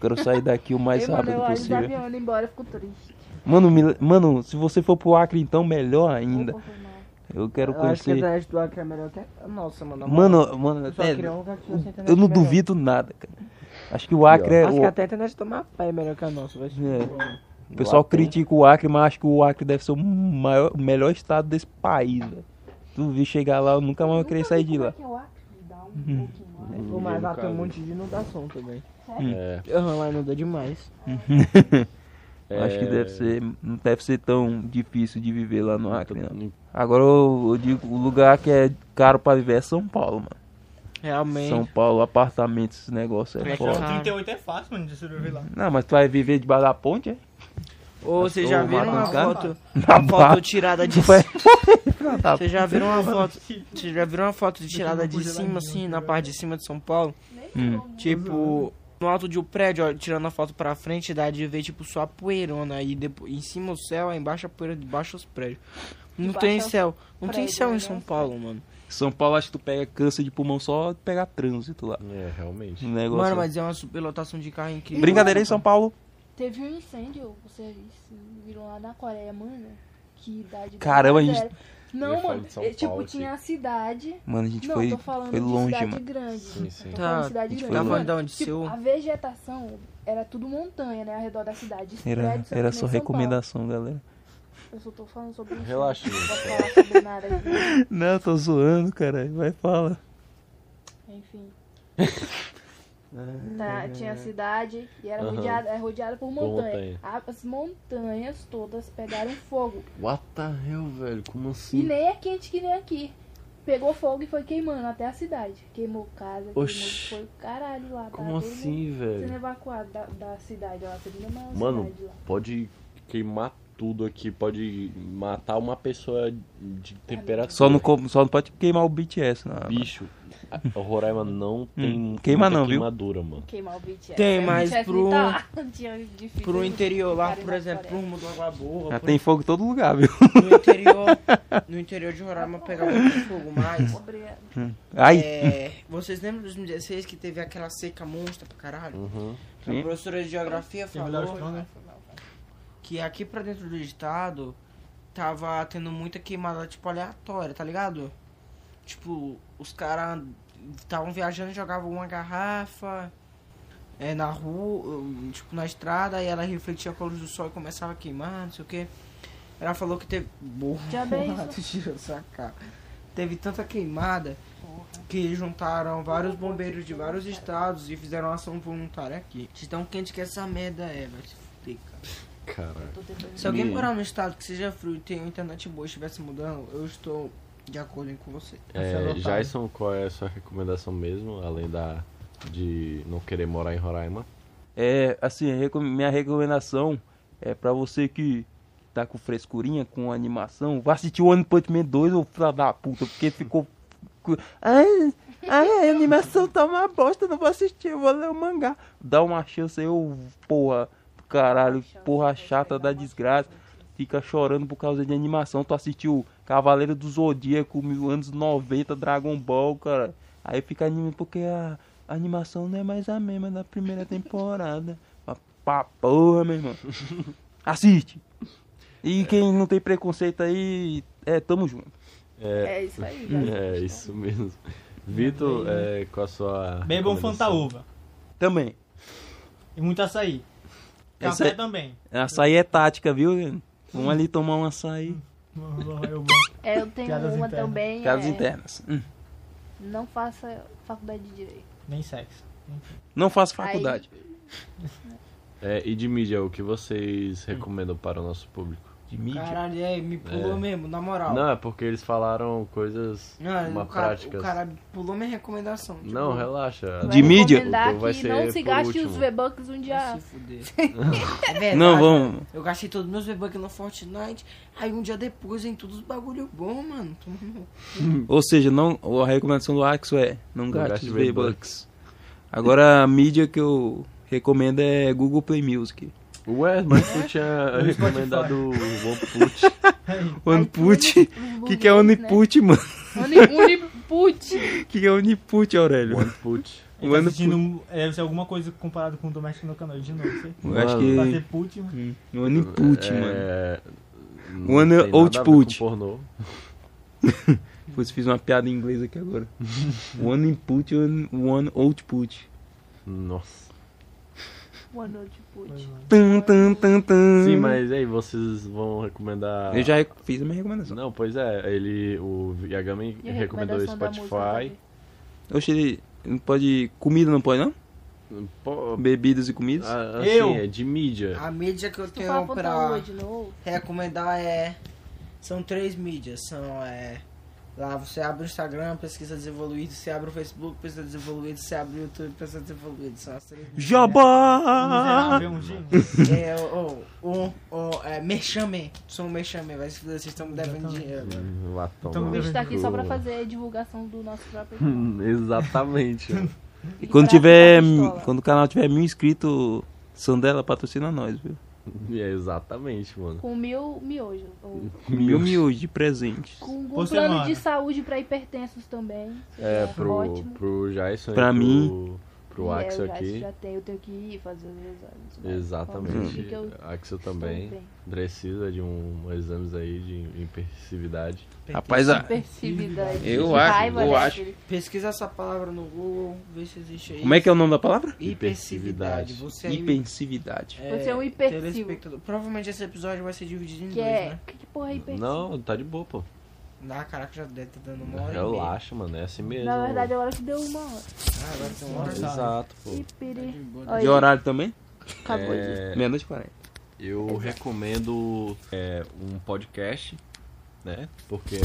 S1: Quero sair daqui o mais
S6: Ei, mano,
S1: rápido
S6: eu olho o
S1: possível.
S6: avião indo embora, eu fico triste.
S1: Mano, me le- mano, se você for pro Acre, então melhor ainda.
S6: Opa, foi mal.
S1: Eu quero
S4: Eu acho que a
S1: conhecer.
S4: internet do Acre é melhor que a nossa, mano.
S1: Mano, mano,
S4: eu só
S1: até-
S4: queria um lugar que tivesse internet
S1: eu não
S4: melhor.
S1: duvido nada, cara. Acho que o Acre é.
S4: Acho que
S1: O,
S4: até a internet do Mapá é melhor que a nossa, vai ser.
S1: É. o pessoal
S2: Lá tem.
S1: critica o Acre, mas acho que o Acre deve ser o, maior, o melhor estado desse país, velho. Tu vi chegar lá, eu nunca mais vou querer sair
S4: É
S1: de lá.
S4: um
S1: Uhum.
S4: Pô, mas lá tem um monte de inundação também.
S1: Hum.
S2: É,
S4: Aham, lá inunda demais.
S1: Eu Acho que
S2: é,
S1: deve ser. Não deve ser tão difícil de viver lá no Acre, não.
S2: em-
S1: Agora eu, eu digo, o lugar que é caro pra viver é São Paulo, mano.
S4: Realmente.
S1: São Paulo, apartamentos, esse negócio é
S4: Como é que
S1: foda.
S4: Cara.
S5: 38 é fácil, mano, de sobreviver lá.
S1: Não, mas tu vai viver debaixo da ponte, é?
S4: Ou vocês já
S1: Ô,
S4: viram uma
S1: Maracanã?
S4: foto,
S1: Na
S4: uma
S1: barra.
S4: foto tirada de
S1: Tu
S6: [laughs]
S1: vai- Filha da
S4: Vocês já viram uma foto, vocês já viram uma foto de tirada de cima
S6: né?
S4: assim, na parte de cima de São Paulo?
S1: Hum.
S4: Tipo, no alto de um prédio, ó, tirando a foto pra frente, dá de ver tipo só a poeirona e depois em cima o céu, aí embaixo a poeira, debaixo os prédios. Não
S6: Debaixo
S4: tem
S6: é os
S4: céu, não tem
S6: prédios,
S4: céu
S6: né?
S4: em São Paulo, mano.
S1: São Paulo acho que tu pega câncer de pulmão só de pegar trânsito lá.
S2: É, realmente.
S1: Um negócio.
S4: Mano, mas é uma superlotação de carro incrível.
S1: Brincadeira em São Paulo.
S6: Teve um incêndio, vocês viram lá na Coreia, mano. Que idade.
S1: Caramba, a gente-
S6: Sério. Não,
S2: Eu falo
S6: mano.
S2: de São
S6: é, tipo,
S2: Paulo, assim.
S6: tinha a cidade.
S1: Mano, a gente
S6: não,
S1: foi,
S6: tô falando
S1: foi
S6: de
S1: longe,
S6: cidade
S1: mano.
S6: grande.
S2: Sim, sim.
S6: Tô
S4: Tá,
S6: falando de cidade
S1: a gente
S6: grande.
S1: foi
S6: mano.
S1: longe.
S4: Da onde,
S6: tipo,
S4: seu?
S6: A vegetação era tudo montanha, né? Ao redor da cidade. Os
S1: Era,
S6: prédios são
S1: era
S6: que
S1: só
S6: nem São Paulo.
S1: recomendação, galera.
S6: Eu só tô falando sobre isso.
S2: Relaxa,
S6: Não
S2: gente.
S6: vou falar sobre nada
S1: [laughs]
S6: aqui.
S1: Não, tô zoando, cara. Vai fala.
S6: Enfim. Tá, tinha a cidade e era
S2: Aham.
S6: rodeada, é rodeada por montanha.
S2: montanha.
S6: As montanhas todas pegaram fogo.
S2: What the hell, velho? Como
S6: E
S2: assim?
S6: nem é quente que nem aqui. Pegou fogo e foi queimando até a cidade. Queimou casa,
S2: Oxi.
S6: queimou. Foi caralho lá. tá?
S2: Como
S6: Todo mundo
S2: assim,
S6: Sendo
S2: velho?
S6: evacuado da, da cidade, ó. A segunda maior
S2: Mano,
S6: cidade lá.
S2: pode queimar tudo aqui, pode matar uma pessoa de temperatura.
S1: Só não, co- só não pode queimar o BTS, não.
S2: Bicho, a- o Roraima não tem
S1: Hum, queima
S2: muita
S1: não, viu?
S2: queimadura, mano.
S7: Queimar o BTS.
S4: Tem,
S7: É, o
S4: mas
S7: BTS
S4: pro-
S7: tá [laughs] de- de filho
S4: Pro
S7: do-
S4: interior lá,
S7: cara
S4: por
S6: tá
S7: da
S4: exemplo, pro
S7: Coreia.
S4: rumo do Água
S1: Já [laughs] tem fogo em todo lugar, viu?
S4: no interior, no interior de Roraima pegava muito fogo, mas...
S7: Obrigada.
S1: Ai,
S4: É, vocês lembram de 2016 que teve aquela seca monstra pra caralho?
S2: Uhum.
S1: Sim.
S4: A professora de geografia
S5: melhor
S4: falou
S5: não, né?
S4: que aqui pra dentro do estado tava tendo muita queimada, tipo, aleatória, tá ligado? Tipo, os caras estavam viajando e jogavam uma garrafa é, na rua, hum, tipo, na estrada, e ela refletia a luz do sol e começava a queimar, não sei o que. Ela falou que teve. Burro,
S7: Já bem
S4: [laughs]
S7: isso.
S4: tu tirou sua cara. Teve tanta queimada que juntaram vários bombeiros de vários estados e fizeram ação voluntária aqui. De tão quente que essa merda é, vai se fuder, cara.
S2: Caralho.
S7: Tô tentando-
S4: Se alguém
S2: Hum.
S4: morar num estado que seja frio e tenha internet boa e estivesse mudando, eu estou de acordo com você.
S5: Essa é
S2: É,
S5: notável.
S2: Jason, qual é a sua recomendação mesmo, além da de não querer morar em Roraima?
S1: É, assim, reco- minha recomendação é pra você que tá com frescurinha, com animação, vá assistir o One Punch Man 2 ou filha da puta, porque ficou... cu- Ai, ai, a animação tá uma bosta, não vou assistir, eu vou ler o mangá. Dá uma chance aí, ô porra, do caralho, porra chata da desgraça. Fica chorando por causa de animação. Tu assistiu Cavaleiro do Zodíaco, mil anos 90, Dragon Ball, cara. Aí fica anime porque a a animação não é mais a mesma da primeira temporada. Mas Pra porra, meu irmão. Assiste. E quem não tem preconceito aí, é, tamo junto.
S7: É isso aí, galera.
S2: É isso mesmo. Vitor, é, qual a sua.
S5: Bebam um
S2: recomendação?
S5: fantaúva.
S1: Também.
S5: E muito açaí.
S1: Essa
S5: Café
S1: é- [laughs]
S5: também.
S1: Açaí é tática, viu? gente? Vamos ali tomar um açaí.
S5: Eu vou.
S7: É, eu tenho
S5: Piadas
S7: uma
S5: internas.
S7: também.
S1: Piadas
S7: é,
S1: internas. Hum.
S7: Não faça faculdade de direito.
S5: Nem sexo.
S1: Não faço faculdade.
S2: É, e de mídia, o que vocês recomendam para o nosso público?
S1: De mídia.
S4: Caralho, é, me pulou
S2: É.
S4: mesmo, na moral.
S2: Não, é porque eles falaram coisas.
S4: Não,
S2: uma
S4: o, cara,
S2: prática. assim.
S4: o cara pulou minha recomendação. tipo,
S2: Não, relaxa.
S1: De
S7: Vai
S1: mídia?
S7: recomendar
S2: Então vai
S7: que
S2: ser
S7: não se
S2: por
S7: gaste os
S2: último.
S7: V-Bucks um
S4: vai
S7: dia.
S4: se fuder.
S1: [laughs]
S4: É verdade.
S1: Não, vamos.
S4: Eu gastei todos meus V-Bucks no Fortnite, aí um dia depois em todos os bagulho bom, mano. Toma no-
S1: Ou seja, não, a recomendação do Axo é não gaste
S2: gaste
S1: os
S2: V-Bucks.
S1: V-Bucks. Agora a mídia que eu recomendo é Google Play Music.
S2: Ué, mas tu
S7: [laughs]
S2: tinha recomendado o OnePut.
S1: OnePut. O [laughs] que, que é
S7: [laughs]
S1: Oniput, mano?
S7: né? Uniput.
S1: O que, que é
S7: [laughs]
S1: Oniput, Aurélio?
S2: OnePut.
S5: Ele tá
S1: Mano,
S5: assistindo, deve ser alguma coisa comparado com o doméstico no canal de novo. Você um
S1: Eu acho
S2: Mano.
S5: vai
S1: que.
S5: ter put, mano.
S1: Hum, O input, mano.
S2: É, não
S1: One
S2: tem nada a ver com
S1: output.
S2: pornô.
S1: Putz, fiz uma piada em inglês aqui [laughs] agora. one input, one, one output.
S2: Nossa.
S7: Boa noite, Put.
S1: Tum, tum, tum, tum.
S2: Sim, mas e aí, vocês vão recomendar.
S1: Hum. Eu já rec- fiz a minha recomendação.
S2: Não, pois é, ele. O Yagami
S7: E a
S2: recomendou o
S7: recomendação da
S2: Spotify.
S7: música,
S1: Oxe, não pode. Comida não pode, não?
S2: Pô,
S1: Bebidas e comidas?
S2: a- assim,
S5: Eu?
S2: é de mídia.
S4: A mídia que eu
S7: Tu fala
S4: tenho
S1: tá
S7: pra
S4: pra
S7: Lua de novo?
S4: recomendar é. São três mídias. São é. Lá você abre o Instagram, pesquisa desevoluído, você abre o Facebook, pesquisa desevoluído, você abre o YouTube, pesquisa desevoluído. São as três mídias.
S1: Jabá!
S5: Miserável, um gênio.
S4: É, o. O. o é, merchamem. Sou um merchamem, vai se fuder, vocês estão me devendo
S5: Exatamente.
S4: dinheiro. agora.
S2: Hum, Lá
S5: Então,
S7: A
S2: toma.
S7: gente tá Ah, aqui só pra
S2: Boa.
S7: fazer a divulgação do nosso próprio.
S2: Hum, [laughs] Exatamente.
S1: E quando
S7: pra
S1: tiver.
S7: ficar pistola.
S1: Quando o canal tiver mil inscritos, Sandela patrocina nós, viu?
S2: é exatamente, mano.
S7: Com mil miojo.
S2: Hum.
S7: Ou
S1: Mil miúdos de presente.
S7: com um
S5: Por
S7: plano
S5: semana.
S7: de saúde pra hipertensos também.
S2: É,
S7: Seria
S2: pro,
S7: Tá Ótimo.
S2: pro Jason e
S1: Pra
S2: pro,
S1: mim.
S2: pro
S7: E é,
S2: Axel
S7: eu já-
S2: aqui.
S7: Já tenho, eu tenho que ir fazer os exames. né? Vamos
S2: Exatamente.
S7: fingir que eu estou
S2: Axel também
S7: bem.
S2: precisa de um exames aí de impulsividade.
S1: Rapaz, a-
S7: Hipersensibilidade.
S1: Eu acho,
S7: Raiva,
S1: eu
S7: né,
S1: acho.
S7: filho?
S4: Pesquisa essa palavra no Google, vê se existe aí.
S1: como é que é o nome da palavra?
S4: Hipersividade. Você aí-
S1: Hipensividade.
S7: Você é um hipersivo.
S4: telespectador. Provavelmente esse episódio vai ser dividido em
S7: Que
S4: dois,
S7: é.
S4: né?
S7: Que, que porra é hipersensibilidade?
S2: Não, tá de boa, pô.
S4: Ah, caraca, já deve estar dando uma hora e meia.
S2: Relaxa, mano. É assim mesmo.
S7: Na verdade, é agora que deu uma hora.
S4: Ah, agora tem uma hora.
S2: Exato, pô.
S5: Tá
S7: Hipiri.
S5: né?
S1: De horário também?
S7: Acabou de.
S2: É,
S1: Meia-noite e quarenta.
S2: eu recomendo é, um podcast, né? Porque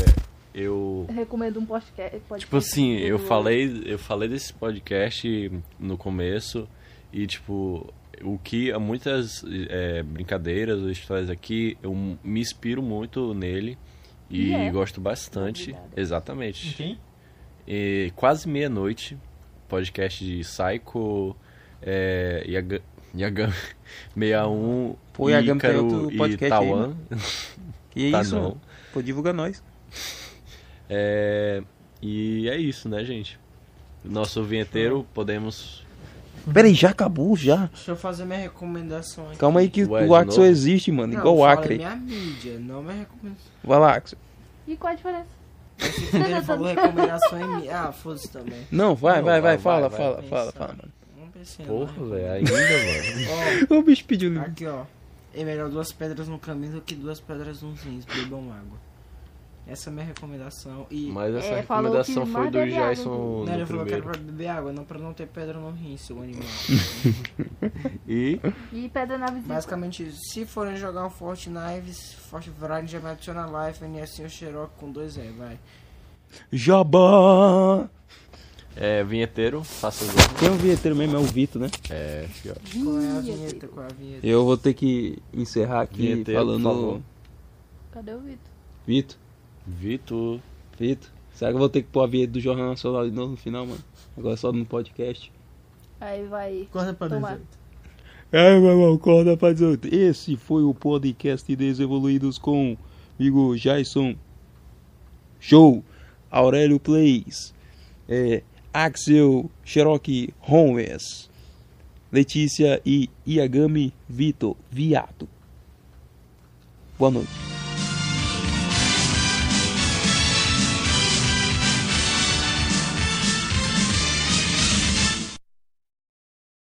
S2: eu
S7: Recomendo um podcast. podcast
S2: Tipo assim, eu
S7: do-
S2: falei, eu falei desse podcast no começo e tipo, o que há muitas é, brincadeiras ou histórias aqui, eu me inspiro muito nele e
S7: E é.
S2: gosto bastante.
S4: Obrigada.
S2: Exatamente.
S5: Quem?
S2: E quase meia-noite, podcast de Psycho, é, Yaga- [laughs] Yagami 61,
S1: Pô, é Yagami tem
S2: Ícaro
S1: outro
S2: e
S1: podcast aí,
S2: Tawan.
S1: Que
S2: Tá
S1: isso,
S2: não.
S1: mano? Pô, divulga nós.
S2: É, e é isso, né, gente? Nosso vinheteiro, podemos...
S1: Peraí, já acabou, já.
S4: Deixa eu fazer minha recomendação aqui.
S1: Calma aí que
S2: Ué, de
S1: o Axel
S2: novo?
S1: existe, mano.
S4: Não,
S1: igual o
S4: eu
S1: Acre.
S4: falei minha mídia, não minha recomendação.
S1: Vai lá, Axel.
S7: E qual a diferença?
S4: Ele falou recomendação em mim. Ah, foda-se também.
S1: Não, vai,
S2: Não,
S1: vai,
S2: vai,
S1: vai. Fala,
S2: vai,
S1: fala,
S4: vai.
S1: fala,
S4: Pensar.
S1: fala, mano.
S4: Vamos
S7: É
S4: pensar.
S2: Porra, velho,
S7: [laughs]
S2: ainda, mano.
S1: O bicho pediu
S4: né? Ó, aqui, ó. É melhor duas pedras no caminho do que duas pedras nos rins. Bebam água. Essa é a minha recomendação. E.
S2: Mas essa
S7: É, falou
S2: recomendação
S7: que
S2: foi
S7: mais né?
S2: do
S7: bebe água.
S2: Jason
S4: não,
S2: um no
S4: ele falou que era
S2: primeiro.
S4: pra beber água, não pra não ter pedra no rim,
S1: [laughs]
S4: seu animal.
S2: E
S7: E pedra na visita.
S4: Basicamente, se forem jogar um Forte Knives, Forte Vrine já me adiciona life, e assim o Xerox com dois E, vai.
S1: Jabá!
S2: é, vinheteiro, faça as honras.
S1: Tem um vinheteiro mesmo, é o Vitor, né?
S2: É, aqui, ó.
S4: Qual é a vinheta? Qual é a vinheta?
S1: Eu vou ter que encerrar aqui
S2: Vinheteiro, por favor.
S1: falando.
S7: Cadê o Vitor?
S1: Vitor,
S2: Vitor.
S1: Vitor. Será que eu vou ter que pôr a vinheta do Jornal Nacional de novo no final, mano? Agora é só no podcast.
S7: Aí vai.
S5: Corta pra
S7: Tomar.
S5: dentro.
S1: Ai, meu irmão, corda pra 18. Esse foi o podcast Desevoluídos com amigo Jason. Show. Aurélio Plays. É, Axel Cherokee Holmes. Letícia e Iagami Vitor Viato. Boa noite.